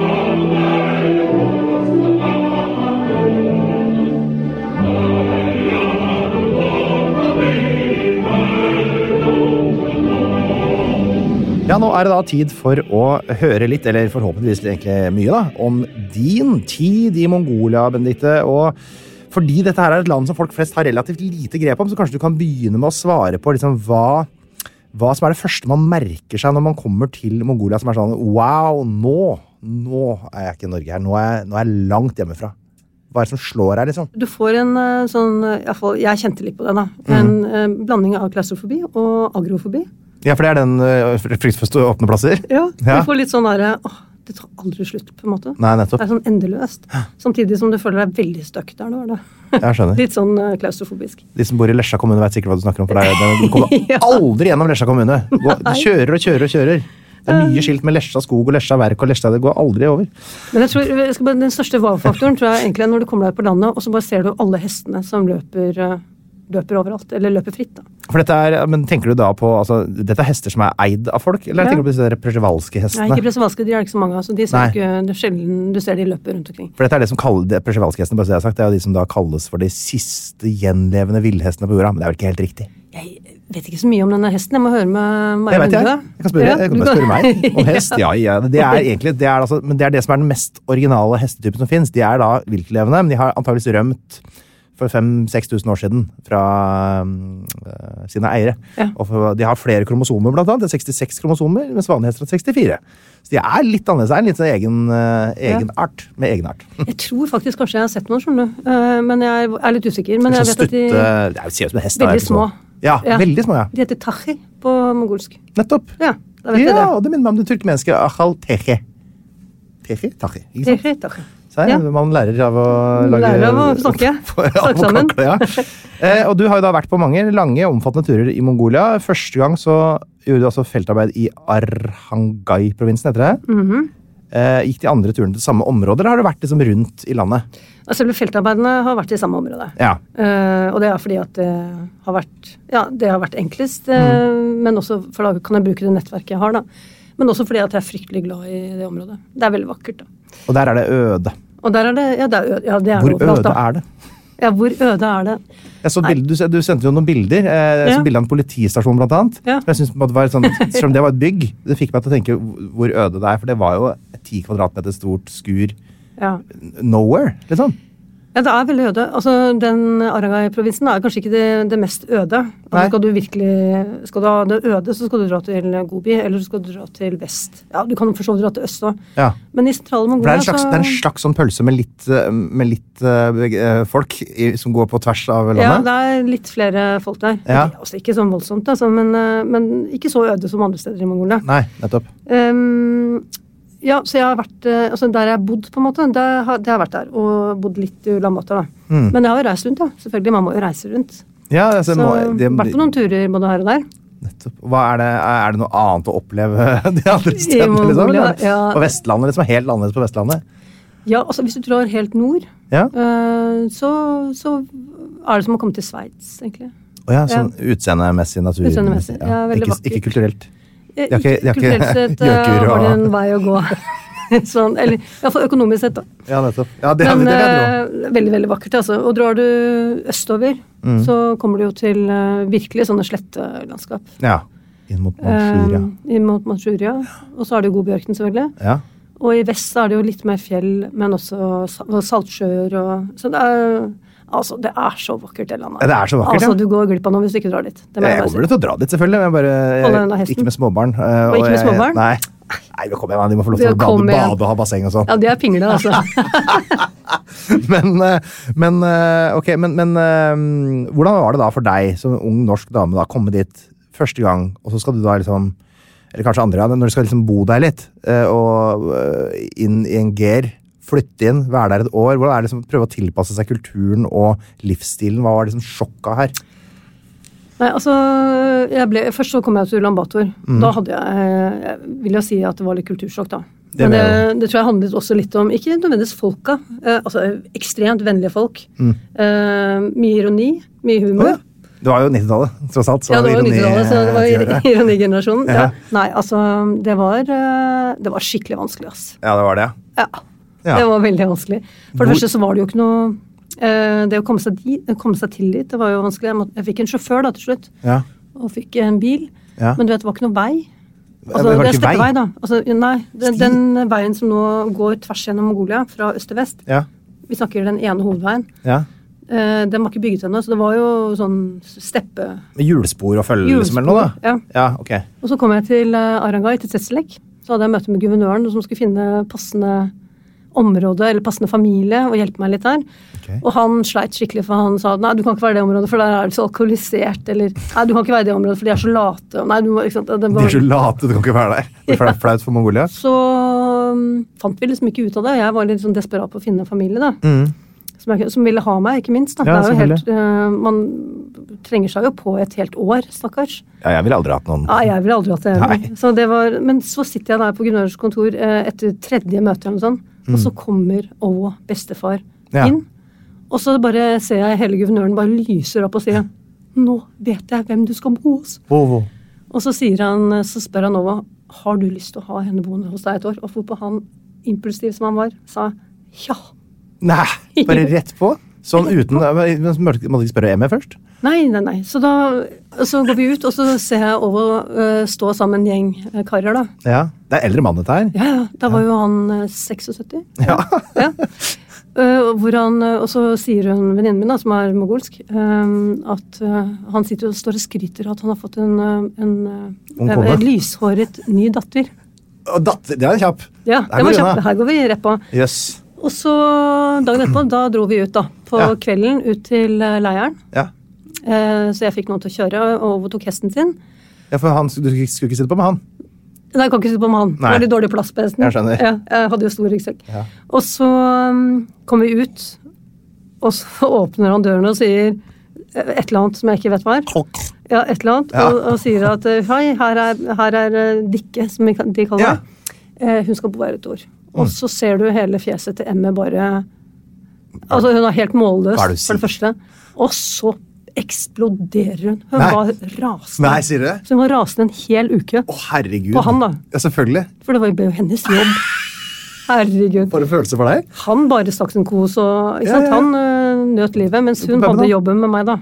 Ja, nå er er det da tid for å høre litt, eller forhåpentligvis egentlig mye, da, om din tid i Mongolia, Benedicte. Og fordi dette her er et land som folk flest har relativt lite grep om, så kanskje du kan begynne med å svare på liksom hva, hva som er det første man merker seg når man kommer til Mongolia, som er sånn wow, nå, nå er jeg ikke i Norge her, nå er jeg, nå er jeg langt hjemmefra. Hva er det som slår her, liksom? Du får en eh, sånn eh, i hvert fall, Jeg kjente litt på det, da. En eh, blanding av klaustrofobi og agrofobi. Ja, for det er den øh, frykt for stå- åpne plasser? Ja, Ja. Du får litt sånn derre åh, Det tar aldri slutt, på en måte. Nei, Det nettopp. er sånn endeløst. Samtidig som du føler deg veldig stuck der du er. da. Jeg skjønner. Litt sånn eh, klaustrofobisk. De som bor i Lesja kommune, vet sikkert hva du snakker om. for det er- det- Du kommer Ja. aldri gjennom Lesja kommune. Du, går, du kjører og kjører og kjører. Det er mye skilt med Lesja skog og Lesja verk og Lesja Det går aldri over. Men jeg tror, jeg skal bare, den største wow-faktoren tror jeg egentlig er når du kommer deg på landet, og så bare ser du alle hestene som løper, eh, løper overalt. Eller løper fritt, da. For dette er, men Tenker du da på altså, Dette er hester som er eid av folk? Eller Ja. tenker du på disse der presjevalske hestene? Nei, ikke pressevalske, de er det ikke så mange av. Så de ser Nei. ikke, det er sjelden du ser de løper rundt omkring. For dette er det som kalles, det, presjevalske-hestene, bare så det er sagt, det er jo de som da kalles for de siste gjenlevende villhestene på jorda. Men det er vel ikke helt riktig? Jeg vet ikke så mye om denne hesten. Jeg må høre med Det Maja vet jeg. Lunde. Jeg kan, spørre, Ja, jeg du kan bare spørre meg om hest. Ja, ja. Det er egentlig, det er altså, men det er det som er den mest originale hestetypen som finnes. De er da viltlevende, men de har antageligvis rømt for 5000-6000 år siden fra mm, øh, sine eiere. Ja. Og for, de har flere kromosomer, blant annet. Det er 66 kromosomer, mens vanlige hester har 64. Så de er litt annerledes. Det er en litt sånn egen, øh, egen art med egen art. Jeg tror faktisk kanskje jeg har sett noen, skjønner du. Eh, Men jeg er litt usikker. Men Sånn jeg vet at de, stutte- det er jo- ser ut som en hest. da, Veldig jeg tror. små. Ja, Ja. veldig små, ja. de heter tachi på mongolsk. Nettopp. Ja, da vet jeg ja, det. og det minner meg om det turkmenske ahal tehe. Tehe? Tahe. Ikke sant? Tachi, tachi. Så her, Ja. Man lærer av å lage Lærer av å snakke. Snakke sammen. Ja. Eh, og du har jo da vært på mange lange, omfattende turer i Mongolia. Første gang så gjorde du altså feltarbeid i Arhangai-provinsen, heter det. Mhm. eh, gikk de andre turene til samme områder, eller har du vært liksom rundt i landet? Og Selve feltarbeidene har vært i samme område. Ja. Eh, og det er fordi at det har vært, ja, det har vært enklest, eh, Mm. men også for da kan jeg bruke det nettverket jeg har. da. Men også fordi at jeg er fryktelig glad i det området. Det er veldig vakkert. da. Og der er det øde. Og der er det Ja, det er, ø- ja, det er Hvor overalt, øde da. er det? Ja, hvor øde er det? Jeg så bilder, du, se- du sendte jo noen bilder. Eh, jeg så Ja. bilde av en politistasjon, blant annet. Ja. Som jeg synes på en måte var et sånt, selv om det var et bygg, det fikk meg til å tenke hvor øde det er. For det var jo et ti kvadratmeter stort skur Ja. nowhere, liksom. ja, det er veldig øde. Altså, Den Aragai-provinsen er kanskje ikke det, det mest øde. Nei. Altså, skal du virkelig, skal du ha det øde, så skal du dra til Gobi, eller så skal du dra til vest. Ja, Du kan for så vidt dra til øst òg. Ja. Men i sentrale For det Mongolia er en slags, så- det er en slags sånn pølse med litt, eh, med litt eh, folk i, som går på tvers av Ja, landet. det er litt flere folk der. Ja. Det er Også ikke sånn voldsomt, altså, men, eh, men ikke så øde som andre steder i Mongolia. Nei, nettopp. Ehm, ja, så jeg har vært eh, altså Der jeg har bodd, på en måte, der har, det har jeg vært der. Og bodd litt i Ulan Bator, da. Men jeg har jo reist rundt, da. Selvfølgelig. Man må jo reise rundt. Ja, altså, Så må, Mm. det, vært på noen turer både her og der. nettopp. Hva er, det, er det noe annet å oppleve de andre stedene? Mongolia, Liksom, eller? ja. På Vestlandet, liksom. Helt annerledes på Vestlandet. Ja, altså hvis du drar helt nord, Ja. eh, så, så er det som å komme til Sveits, egentlig. Å ja, sånn utseendemessig, natur... Utseendemessig, ja, veldig ikke, vakkert. ikke kulturelt. Eh, De har ikke- de har ikke Kulturelt sett eh, gjøkur har og- de en vei å gå. sånn, eller iallfall økonomisk sett, da. Ja, nettopp. Ja, det, Men det vet jeg om. eh, veldig, veldig vakkert. Altså. Og drar du østover, Mm. så kommer du jo til eh, virkelig sånne slettelandskap. Ja. Inn mot Manchuria. Eh, inn mot Manchuria. Og så er det jo Godbjørken, selvfølgelig. Ja. Og i vest så er det jo litt mer fjell, men også sa- og saltsjøer og Så det er, altså, det er så vakkert, det landet. Ja, det er så vakkert, altså, ja. du går glipp av noe hvis du ikke drar dit. Det må Jeg bare si. kommer til å dra dit, selvfølgelig. Men jeg bare, Holde unna hesten. ikke med småbarn. eh, Og ikke med jeg- småbarn? Nei. Nei, men kom igjen, da, de må få lov til å Ja, kom bade, igjen. bade og ha basseng og sånn. Ja, de er pingle, altså. Men, eh, men, eh, ok, men, men eh, hvordan var det da for deg som ung norsk dame da, komme dit første gang, og så skal du da liksom Eller kanskje andre gang, når du skal liksom bo der litt, eh, og eh, inn i en gear, flytte inn, være der et år. Hvordan er det liksom å prøve å tilpasse seg kulturen og livsstilen? Hva var liksom sjokka her? Nei, altså, jeg ble, Først så kom jeg til Ulan Bator. Mm. Da hadde jeg eh, Jeg vil jo si at det var litt kultursjokk, da. Det Men det, mener det tror jeg handlet også litt om Ikke nødvendigvis folka. Eh, altså ekstremt vennlige folk. Eh, mye ironi, mye humor. Mm. Å, ja. Det var jo 90-tallet, tross alt. så Ja, det var jo ironi- 90-tallet, så det var tiåret. ir- ironigenerasjonen. Ja. Ja. Nei, altså, det var, eh, det var skikkelig vanskelig, ass. Ja, det var det. ja. Ja. Ja. Det var veldig vanskelig. For Hvor- det første så var det jo ikke noe eh, Det å komme seg, dit, komme seg til dit, det var jo vanskelig. Jeg, måtte, jeg fikk en sjåfør da til slutt, Ja. og fikk en bil. Ja. Men du vet, det var ikke noe vei. Altså, det var det er ikke vei. steppevei, da. Altså, nei, den, Sti? den veien som nå går tvers gjennom Mongolia, fra øst til vest. Ja, Vi snakker den ene hovedveien. ja. Eh, den var ikke bygget ennå, så det var jo sånn steppe... Med hjulspor og følge, liksom, eller noe? Hjulspor, da? ja. ok. Og så kom jeg til eh, Arangai, til Tsetselek. Så hadde jeg møte med guvernøren som skulle finne passende område eller passende familie og hjelpe meg litt der. Ok. Og han sleit skikkelig, for han sa nei, du kan ikke være i det området, for der er du så alkoholisert. Eller nei, du kan ikke være i det området, for de er så late. Og, nei, du må, ikke sant? Det De var- er så late, du kan ikke være der. Det er flau- flaut for Mongolia. så um, fant vi liksom ikke ut av det. og Jeg var litt sånn desperat på å finne en familie, da. Som, jeg, som ville ha meg, ikke minst. Mm. Da. Ja, det er jo helt, eh, man trenger seg jo på et helt år, stakkars. Ja, jeg ville aldri hatt noen Nei, jeg ville aldri hatt det. Nei. heller. Så det var, men så sitter jeg der på Gunnars kontor eh, etter tredje møte, eller noe sånt, og så kommer og bestefar Mm. Ja. inn. Og så bare ser jeg hele guvernøren bare lyser opp og sier Nå vet jeg hvem du skal bo hos. Vovo. Og så, sier han, så spør han Nova har du lyst til å ha henne boende hos deg et år. Og hvorpå han, impulsiv som han var, sa ja. Nei, bare rett på? Sånn uten Men men Måtte måtte ikke spørre Emmy først? Nei, nei, nei. Så da så går vi ut, og så ser jeg Ovo eh, stå sammen med en gjeng eh, karer, da. Ja. Det er eldre mann, dette her. Ja, ja. Da var jo han eh, 76. Ja. ja. Eh, hvor han, eh, og så sier hun venninnen min, da, som er mongolsk, eh, at eh, han sitter og står og skryter av at han har fått en, eh, en, eh, Ung kone. en lyshåret ny datter. Og datter, det er kjapp. Ja, Der det går var unna. kjapt. Her går vi rett på. Jøss. Og så dagen etterpå, da dro vi ut da, på Ja. kvelden ut til eh, leiren. Ja. Eh, så jeg fikk noen til å kjøre, og Ovo tok hesten sin. ja, for han, du skulle ikke sitte på med han. Nei, jeg kan ikke sitte på med han. Nei. Det var litt dårlig plass på hesten. Jeg skjønner. Ja, jeg hadde jo stor ryggsekk. Ja. Og så um, kom vi ut, og så åpner han dørene og sier eh, et eller annet som jeg ikke vet hva er. Kokk. Ja, et eller annet, Ja. og, og sier at eh, hei, her er, her er eh, Dikke, som vi kan- de kaller Ja. Mm. det. Eh, hun skal bo her et år. Og så ser du hele fjeset til Emme bare Altså, hun er helt målløs, Hva er det du for det første. Og så eksploderer hun. Hun Nei. var rasende. Nei, sier du det? Så hun var rasende en hel uke. Å, herregud. På han, da. Ja, selvfølgelig. For det var jo- ble jo hennes jobb. Herregud. Bare følelser for deg. Han bare stakk sin kos og ikke Ja, sant? ja, ja. Han øh, nøt livet, mens hun På puben, hadde da. jobben med meg, da.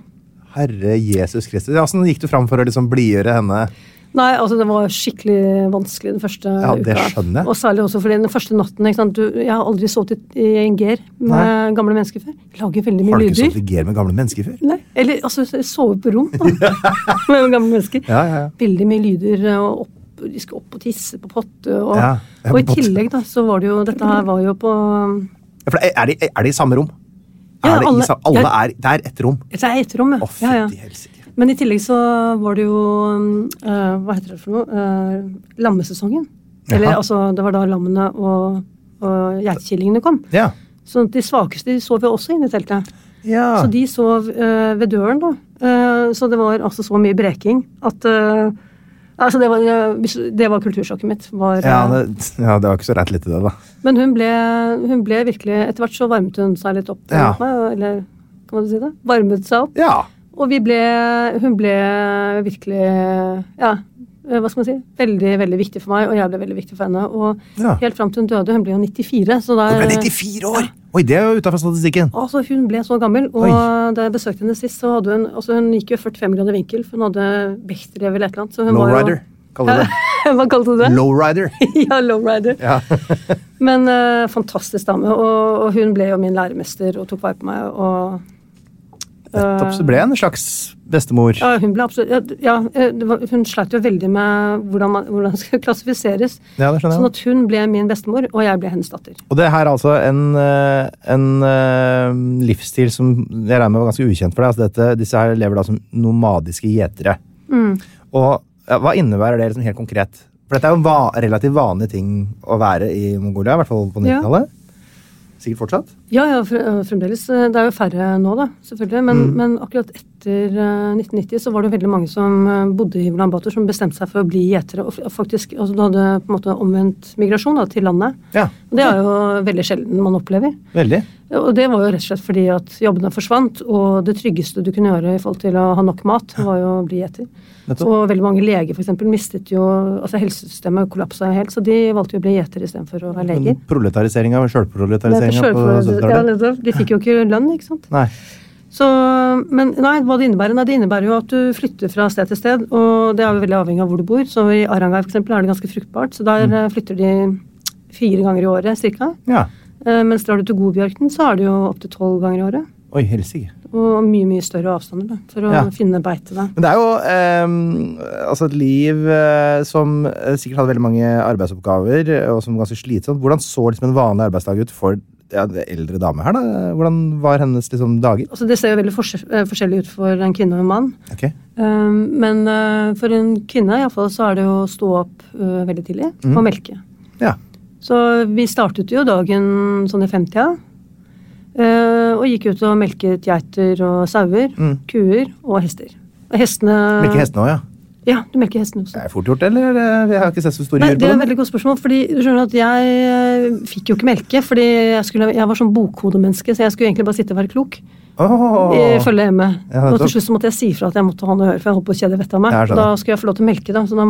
Herre Jesus Kristus. Ja, Åssen gikk du fram for å liksom blidgjøre henne? Nei, altså Det var skikkelig vanskelig den første Ja, det uka. skjønner jeg. Og særlig også fordi den første natten ikke sant? Du, Jeg har aldri sovet i i en gear med Nei. gamle mennesker før. Jeg lager veldig mye Har du ikke lyder. sovet i gear med gamle mennesker før? Nei, Eller altså, jeg sover på rom da, med gamle mennesker. Ja, ja, ja. Veldig mye lyder. og opp, De skulle opp og tisse på potte. Og, Ja, ja, på og i potte. tillegg da, så var det jo Dette her var jo på Ja, for er de, er de i samme rom? Ja, er det, alle- i, sa- alle ja. er, det er ett rom. Det er et rom, ja. Å, ja, ja. fytti helsike. Men i tillegg så var det jo mm, eh, Hva heter det for noe? Eh, lammesesongen. Eller Jaha. altså, det var da lammene og, og geitekillingene kom. Ja. Så de svakeste de sov jo også inne i teltet. ja. Så de sov eh, ved døren, da. Eh, så det var altså så mye breking at eh, Altså, det var, eh, hvis- det var kultursjokket mitt. Var, ja, eh, det, ja, det var ikke så rent lite, det, da. Men hun ble, hun ble virkelig Etter hvert så varmet hun seg litt opp. Ja. mot meg, Eller kan man si det? Varmet seg opp. Ja. Og vi ble, hun ble virkelig Ja, eh, hva skal man si? Veldig, veldig viktig for meg, og jeg ble veldig viktig for henne. Og Ja. helt fram til hun døde. Hun ble jo 94, så Du der ble 94 år! Oi, det er jo utafor statistikken. Altså, hun ble så gammel, og Oi. da jeg besøkte henne sist, så hadde hun altså hun gikk jo 45 grader vinkel, for hun hadde Bechdrev eller et eller annet. Så hun Lowrider, var kaller du jo det. Hva kalte du det? Lowrider. ja, lowrider. Ja. Men eh, fantastisk dame, og, og hun ble jo min læremester og tok vare på meg. og... Nettopp så ble jeg en slags bestemor. Ja, hun ble absolutt, ja, d- ja, eh, det var, hun sleit jo veldig med hvordan man hvordan det skulle klassifiseres. Ja, det skjønner jeg. Sånn at hun ble min bestemor, og jeg ble hennes datter. Og det her er altså en, eh, en eh, livsstil som jeg regner med var ganske ukjent for deg. Altså dette, disse her lever da som nomadiske gjetere. Mm. Og ja, hva innebærer det liksom helt konkret? For dette er jo en va relativt vanlig ting å være i Mongolia, i hvert fall på Ja. 90-tallet. Sikkert fortsatt. Ja, ja, fr- øh, fremdeles. eh, Det er jo færre nå, da, selvfølgelig. Men, men akkurat etter eh, 1990 så var det veldig mange som eh, bodde i Ulan Bator, som bestemte seg for å bli gjetere. Og f- og faktisk, altså, Du hadde på en måte omvendt migrasjon da, til landet. Ja. Og Det er jo veldig sjelden man opplever. Veldig. Og det var jo rett og slett fordi at jobbene forsvant, og det tryggeste du kunne gjøre i forhold til å ha nok mat, var jo å bli gjeter. Nettopp. Og veldig mange leger for eksempel, mistet jo altså Helsesystemet kollapsa helt, så de valgte jo å bli gjeter istedenfor å være leger. Proletariseringa og Det er sjølproletariseringa på selv- ja, 70-tallet. nettopp. de fikk jo ikke lønn, ikke sant. Nei. Så, men nei, hva det innebærer? Nei, det innebærer jo at du flytter fra sted til sted, og det er jo veldig avhengig av hvor du bor. Så i Arangai f.eks. er det ganske fruktbart, så Mm. der eh, flytter de fire ganger i året ca. Ja. Eh, mens drar du til Godbjørken, så er det jo opptil tolv ganger i året. Oi, helsike. Og mye, mye større avstander da, for å Ja. finne beite da. Men det er jo eh, altså et liv eh, som eh, sikkert hadde veldig mange arbeidsoppgaver, eh, og som var ganske slitsomt. Hvordan så liksom en vanlig arbeidsdag ut for ja, det eldre dame her? da? Hvordan var hennes liksom, dager? Altså, det ser jo veldig forskjell, eh, forskjellig ut for en kvinne og en mann. Ok. Eh, men eh, for en kvinne i alle fall, så er det å stå opp eh, veldig tidlig Mm. og melke. Ja. Så vi startet jo dagen sånn i femtida. eh, Og gikk ut og melket geiter og sauer, Mm. kuer og hester. Og hestene Melke hestene òg, ja. Ja, du melker hestene også. Det er fort gjort, eller? Eh, Jeg har ikke sett så store Nei, dyr det på er et dem. veldig godt spørsmål, fordi du skjønner at jeg eh, fikk jo ikke melke. fordi jeg, skulle, jeg var sånn bokhodemenneske, så jeg skulle egentlig bare sitte og være klok. Åh! i- Følge hjemme. Ja, og til nettopp. slutt så måtte jeg si fra at jeg måtte ha noe å høre, for jeg holdt på å kjede vettet av meg. Ja, jeg skjønner. Da skulle jeg få lov til å melke, da. Så da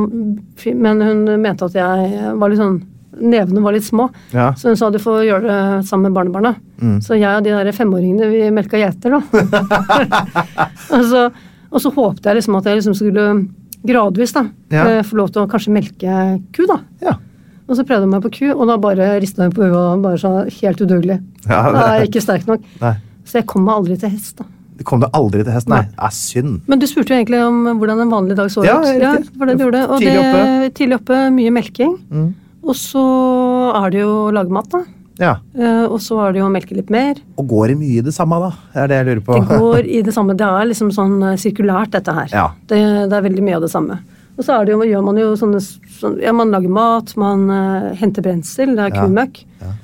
men hun mente at jeg var litt sånn Nevene var litt små, Ja. Mm. så hun sa du får gjøre det sammen med barnebarna. Så jeg og de der femåringene, vi melka geiter, da. og, så, og så håpte jeg liksom at jeg liksom skulle gradvis da, Ja. eh, få lov til å kanskje melke ku, da. Ja. Og så prøvde jeg meg på ku, og da bare rista hun på hodet og bare sa helt udødelig. Ja, Da er jeg det- ikke sterk nok. Nei. Så jeg kom meg aldri til hest, da. Det kom det aldri til hest, nei. Nei. Det er synd. Men du spurte jo egentlig om hvordan en vanlig dag så ut. Ja, riktig. for det du gjorde. Tidlig Og det, oppe. Mm. tidlig oppe, mye melking. Og så er det jo å lage mat, da. Ja. Eh, Og så er det jo å melke litt mer. Og går det mye i det samme, da? Det er det jeg lurer på. Det går i det samme. Det er liksom sånn eh, sirkulært, dette her. Ja. Det, det er veldig mye av det samme. Og så er det jo, gjør man jo sånne s- sånn, Ja, man lager mat, man eh, henter brensel, det er Ja. kumøkk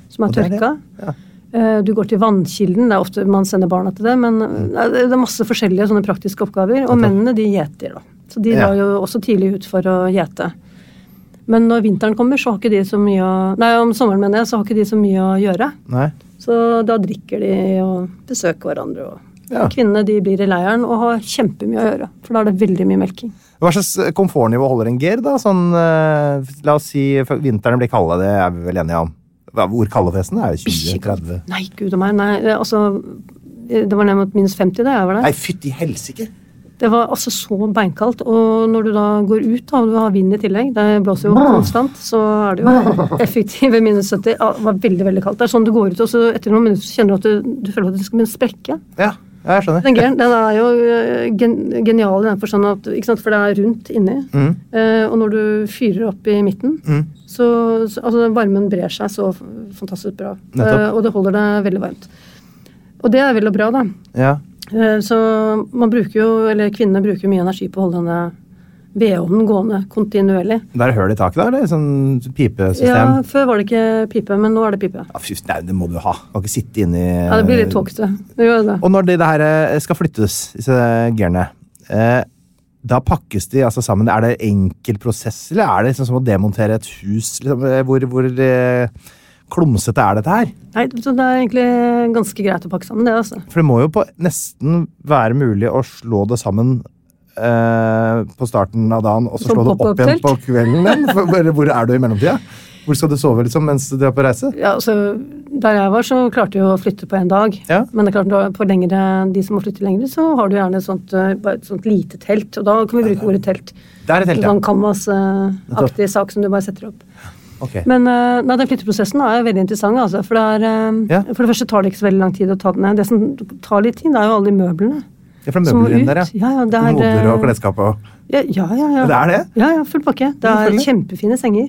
som Og er det er det. tørka. Eh, Du går til vannkilden, det er ofte man sender barna til det. Men Mm. eh, det er masse forskjellige sånne praktiske oppgaver. Og mennene, de gjeter, da. Så de Ja. var jo også tidlig ut for å gjete. Men når vinteren kommer, så har ikke de så mye å Nei, om sommeren, mener jeg, så har ikke de så mye å gjøre. Nei. Så da drikker de og besøker hverandre. Og Ja. Kvinnene de blir i leiren og har kjempemye å gjøre. For da er det veldig mye melking. Hva slags eh, komfortnivå holder en geir, da? Sånn, eh, la oss si for vinteren blir kalde, det er vi vel enige om. Hva- Hvor kalde forresten? Det er jo 20-30 Nei, gud og meg. Nei, eh, altså eh, Det var ned mot minus 50 da jeg var Nei, der. fytti helsike! Det var altså så beinkaldt. Og når du da går ut, da, og du har vind i tillegg, det blåser jo konstant, så er det jo effektive minus 70. Ja, det var veldig, veldig kaldt. Det er sånn du går ut, og så etter noen minutter så kjenner du at du, du føler at du skal begynne å sprekke. Ja, ja, jeg skjønner. Den geiren den er jo eh, gen genial i den forstand at ikke sant, For det er rundt inni. Mm. Eh, og når du fyrer opp i midten, så, så altså, varmen brer seg så f- fantastisk bra. Nettopp. Eh, og det holder deg veldig varmt. Og det er vel og bra, da. Ja. Eh, så man bruker jo, eller kvinnene bruker mye energi på å holde denne vedovnen gående kontinuerlig. Det er høl i taket, da? Eller sånn Ja, pipesystem? Før var det ikke pipe, men nå er det pipe. Ja, fy, nei, det må du ha. Kan ikke sitte inni Ja, Det blir litt tåkete. Det gjør det. Eh. Og når det, det her eh, skal flyttes, disse geirene, eh, da pakkes de altså sammen. Er det enkel prosess, eller er det liksom som å demontere et hus? Liksom, eh, hvor hvor eh, klumsete er dette her? Nei, så det er egentlig ganske greit å pakke sammen, det. altså. For det må jo på nesten være mulig å slå det sammen eh, på starten av dagen, og så Som slå det opp igjen pop-up-telt? på kvelden. igjen. For, hvor- hvor er du i mellomtida? Hvor skal du sove liksom, mens du er på reise? Ja, altså, Der jeg var, så klarte jeg å flytte på én dag. Ja. Men det er klart, da, på lengre, de som må flytte lengre, så har du gjerne et sånt, eh, bare et sånt lite telt. Og da kan vi bruke ordet telt. Det er et telt, ja. Sånn canvas-aktig sak som du bare setter opp. Ok. Men eh, nei, den flytteprosessen er veldig interessant. Altså, for, det er, eh, Ja. for det første tar det ikke så veldig lang tid å ta den ned. Det som tar litt tid, det er jo alle de møblene. Det er fra som må møblene ut. der, Ja, ja, det er, Kommoder og eh, klesskap og ja, ja, ja, ja. Det er det? Ja, ja, full pakke. Det er Selvfølgelig. kjempefine senger.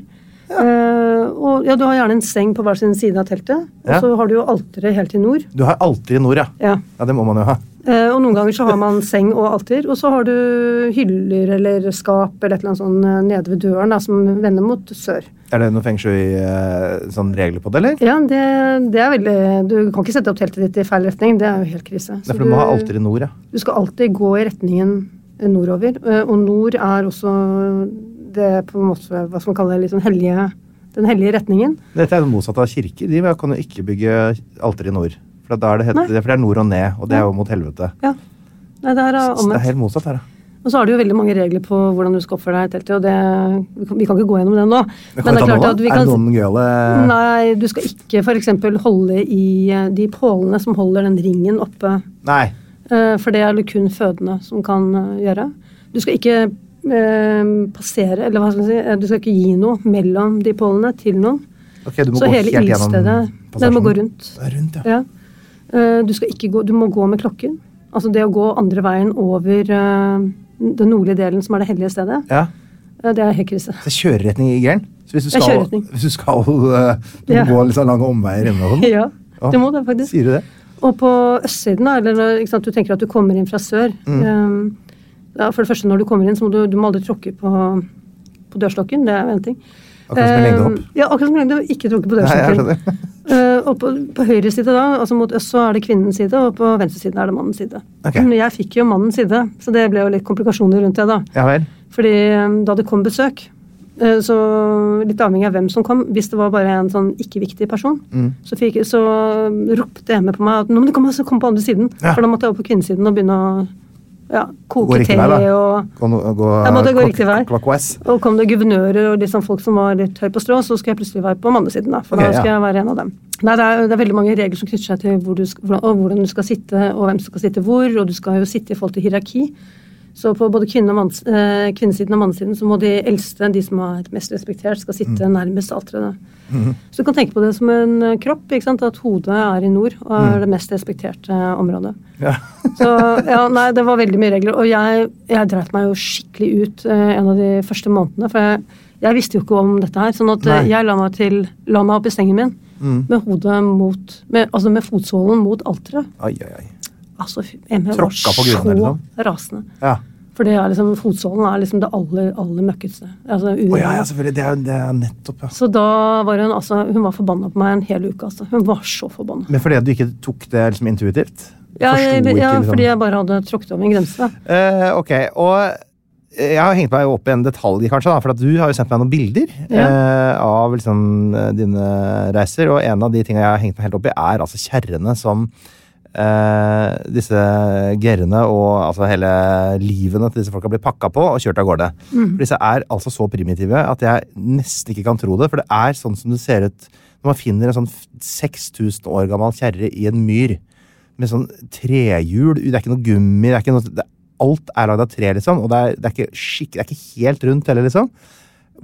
Eh, og ja, Du har gjerne en seng på hver sin side av teltet, og Ja. så har du jo alteret helt i nord. Du har alltid i nord, ja. Ja. Ja, det må man jo ha. Eh, og Noen ganger så har man seng og alter, og så har du hyller eller skap eller et eller annet sånn eh, nede ved døren da, som vender mot sør. Er det noen feng shui-regler på det, eller? Ja, det, det er veldig Du kan ikke sette opp teltet ditt i feil retning, det er jo helt krise. Nei, Så for du må ha du, alltid i nord, ja. du skal alltid gå i retningen eh, nordover, eh, og nord er også det på en måte, hva skal man kalle det, liksom hellige, den hellige retningen. Dette er det motsatte av kirker. De kan jo ikke bygge alter i nord. For, da er det, het- Nei. for det er nord og ned, og det er jo mot helvete. Ja. Nei, det her er Så det er omvendt. helt motsatt her, ja. Og så har du jo veldig mange regler på hvordan du skal oppføre deg i teltet, og det, vi, kan, vi kan ikke gå gjennom det nå. Vi kan jo ta noen, da. Er det noen gøyale Nei, du skal ikke f.eks. holde i eh, de pålene som holder den ringen oppe. Nei. eh, for det er det kun fødende som kan eh, gjøre. Du skal ikke eh, passere, eller hva skal man si, eh, du skal ikke gi noe mellom de polene til noen. Ok, du må Så gå hele helt gjennom ildstedet, den passasjen. må gå rundt. Det er rundt, ja. Ja. Eh, Du, skal ikke gå, du må gå med klokken. Altså det å gå andre veien over eh, den nordlige delen, som er det hellige stedet, ja. eh, det er helt krise. Så det er kjøreretning i Egeren? Så hvis du Det er skal, kjøreretning. hvis du skal eh, du må Ja. gå litt sånn lange omveier innom den? Ja, Å, du må det faktisk. Sier du det? Og på østsiden, da, eller når- ikke sant, du tenker at du kommer inn fra sør Mm. um, ja, For det første, når du kommer inn, så må du, du må aldri tråkke på, på dørslokken. Det er jo en ting. Akkurat som med Um, lengdehopp. Ja, akkurat som lengdehopp. Ikke tråkke på Nei, jeg dørslokken. skjønner. Eh, og på, på høyre side, da, altså mot øst, så er det kvinnens side, og på venstre side er det mannens side. Ok. Men jeg fikk jo mannens side, så det ble jo litt komplikasjoner rundt det, da. Ja vel. Fordi eh, da det kom besøk, eh, så litt avhengig av hvem som kom, hvis det var bare en sånn ikke-viktig person, Mm. så, fikk, så um, ropte hjemme på meg at nå må du komme, så kom på andre siden. Ja. For da måtte jeg over på kvinnesiden og begynne å ja, Gå koke riktig te vei, da. og Gå, no- gå, Jeg måtte gå clock- riktig vei. Clockwise. og kom det guvernører og liksom folk som var litt høy på strå, så skal jeg plutselig være på mannesiden. Da, for Ok, da skal ja. jeg være en av dem. Nei, det er, det er veldig mange regler som knytter seg til hvor du skal, hvordan, og hvordan du skal sitte, og hvem som skal sitte hvor, og du skal jo sitte i forhold til hierarki. Så på både kvinne og manns, eh, kvinnesiden og mannssiden så må de eldste, de som er mest respektert, skal sitte Mm. nærmest alteret. Mm-hmm. Så du kan tenke på det som en eh, kropp, ikke sant? at hodet er i nord og Mm. er det mest respekterte området. Ja. Så ja, nei, det var veldig mye regler. Og jeg, jeg dreit meg jo skikkelig ut eh, en av de første månedene. For jeg, jeg visste jo ikke om dette her. Sånn at eh, Nei. Mm. jeg la meg, til, la meg opp i sengen min med hodet mot med, Altså med fotsålen mot alteret. Oi, oi, oi. Altså, fy- Emil var Tråkka på så grunnen, liksom? rasende. Ja. For det er liksom, fotsålen er liksom det aller, aller møkkeste. Å Altså, ja, ureine. ja, selvfølgelig. Det er, det er nettopp, ja. Så da var hun altså Hun var forbanna på meg en hel uke, altså. Hun var så forbanna. Men fordi at du ikke tok det liksom intuitivt? Ja, Forsto jeg, ikke, ja, liksom. fordi jeg bare hadde tråkket over en grense. Eh, ok, og eh, jeg har hengt meg opp i en detalj, kanskje, da, for at du har jo sendt meg noen bilder eh, av liksom, eh, dine reiser, og en av de tingene jeg har hengt meg helt opp i, er altså kjerrene som eh, disse gerrene og altså hele livene til disse folka blir pakka på og kjørt av gårde. For Disse er altså så primitive at jeg nesten ikke kan tro det, for det er sånn som det ser ut når man finner en sånn 6000 år gammel kjerre i en myr med sånn trehjul. Det er ikke noe gummi. det er ikke noe... Det, alt er lagd av tre, liksom. Og det er, det, er ikke skikk, det er ikke helt rundt heller, liksom.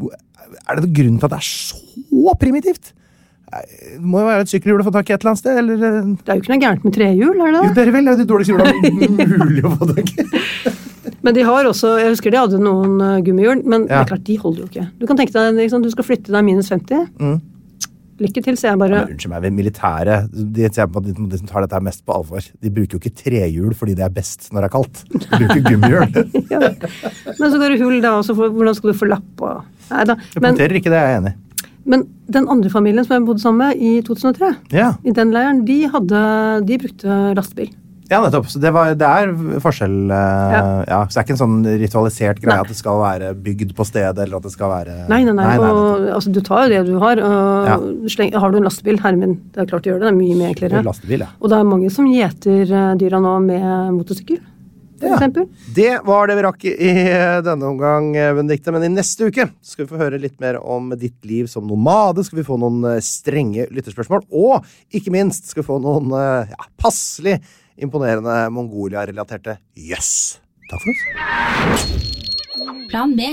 Hvor- Er det noen grunn til at det er så primitivt? Det må jo være et sykkelhjul å få tak i et eller annet sted, eller eh, Det er jo ikke noe gærent med trehjul, er det Jo, det? dere vel, det er jo det dårligste hjulet mulig å få tak i. Men de har også, jeg husker de hadde noen eh, gummihjul, men det Ja. er klart, de holder jo ikke. Du kan tenke deg, liksom, du skal flytte deg minus 50. Mm. Lykke til, sier jeg bare. Men Unnskyld meg, militæret de, ser på at de, de som tar dette her mest på alvor, de bruker jo ikke trehjul fordi det er best når det er kaldt. De bruker gummihjul. Ja. Men så går det hull, da, og så får- hvordan skal du få lapp og Nei da. Jeg Men, punkterer ikke det, jeg er enig. i. men den andre familien som jeg bodde sammen med i 2003, Ja. i den leiren, de, hadde, de brukte lastebil. Ja, nettopp. Så det, var, det er forskjell eh, ja. Ja. Så det er ikke en sånn ritualisert greie Nei. at det skal være bygd på stedet, eller at det skal være Nei, nei, nei. nettopp. og, altså, du tar jo det du har. Og, sleng, har du en lastebil, herre min, det er klart du gjør det. Det er mye mye Det er enklere. lastebil, ja. Og det er mange som gjeter eh, dyra nå med motorsykkel, for Ja. eksempel. Det var det vi rakk i denne omgang, Benedikte. Men i neste uke skal vi få høre litt mer om ditt liv som nomade. Skal vi få noen eh, strenge lytterspørsmål. Og ikke minst skal vi få noen eh, ja, passelig imponerende Mongolia-relaterte jøss. Takk for oss. Plan B.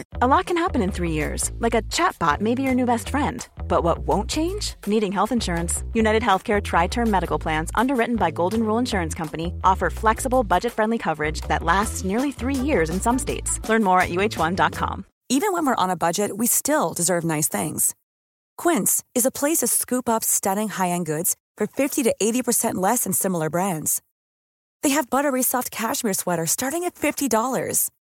A lot can happen in three years, like a chatbot may be your new best friend. But what won't change? Needing health insurance. United Healthcare Tri Term Medical Plans, underwritten by Golden Rule Insurance Company, offer flexible, budget friendly coverage that lasts nearly three years in some states. Learn more at uh1.com. Even when we're on a budget, we still deserve nice things. Quince is a place to scoop up stunning high-end goods for 50 to 80% less than similar brands. They have buttery soft cashmere sweaters starting at $50,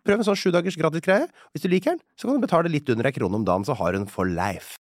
Prøv en sånn sju dagers gratis greie. Hvis du liker den, så kan du betale litt under ei krone om dagen, så har du den for life.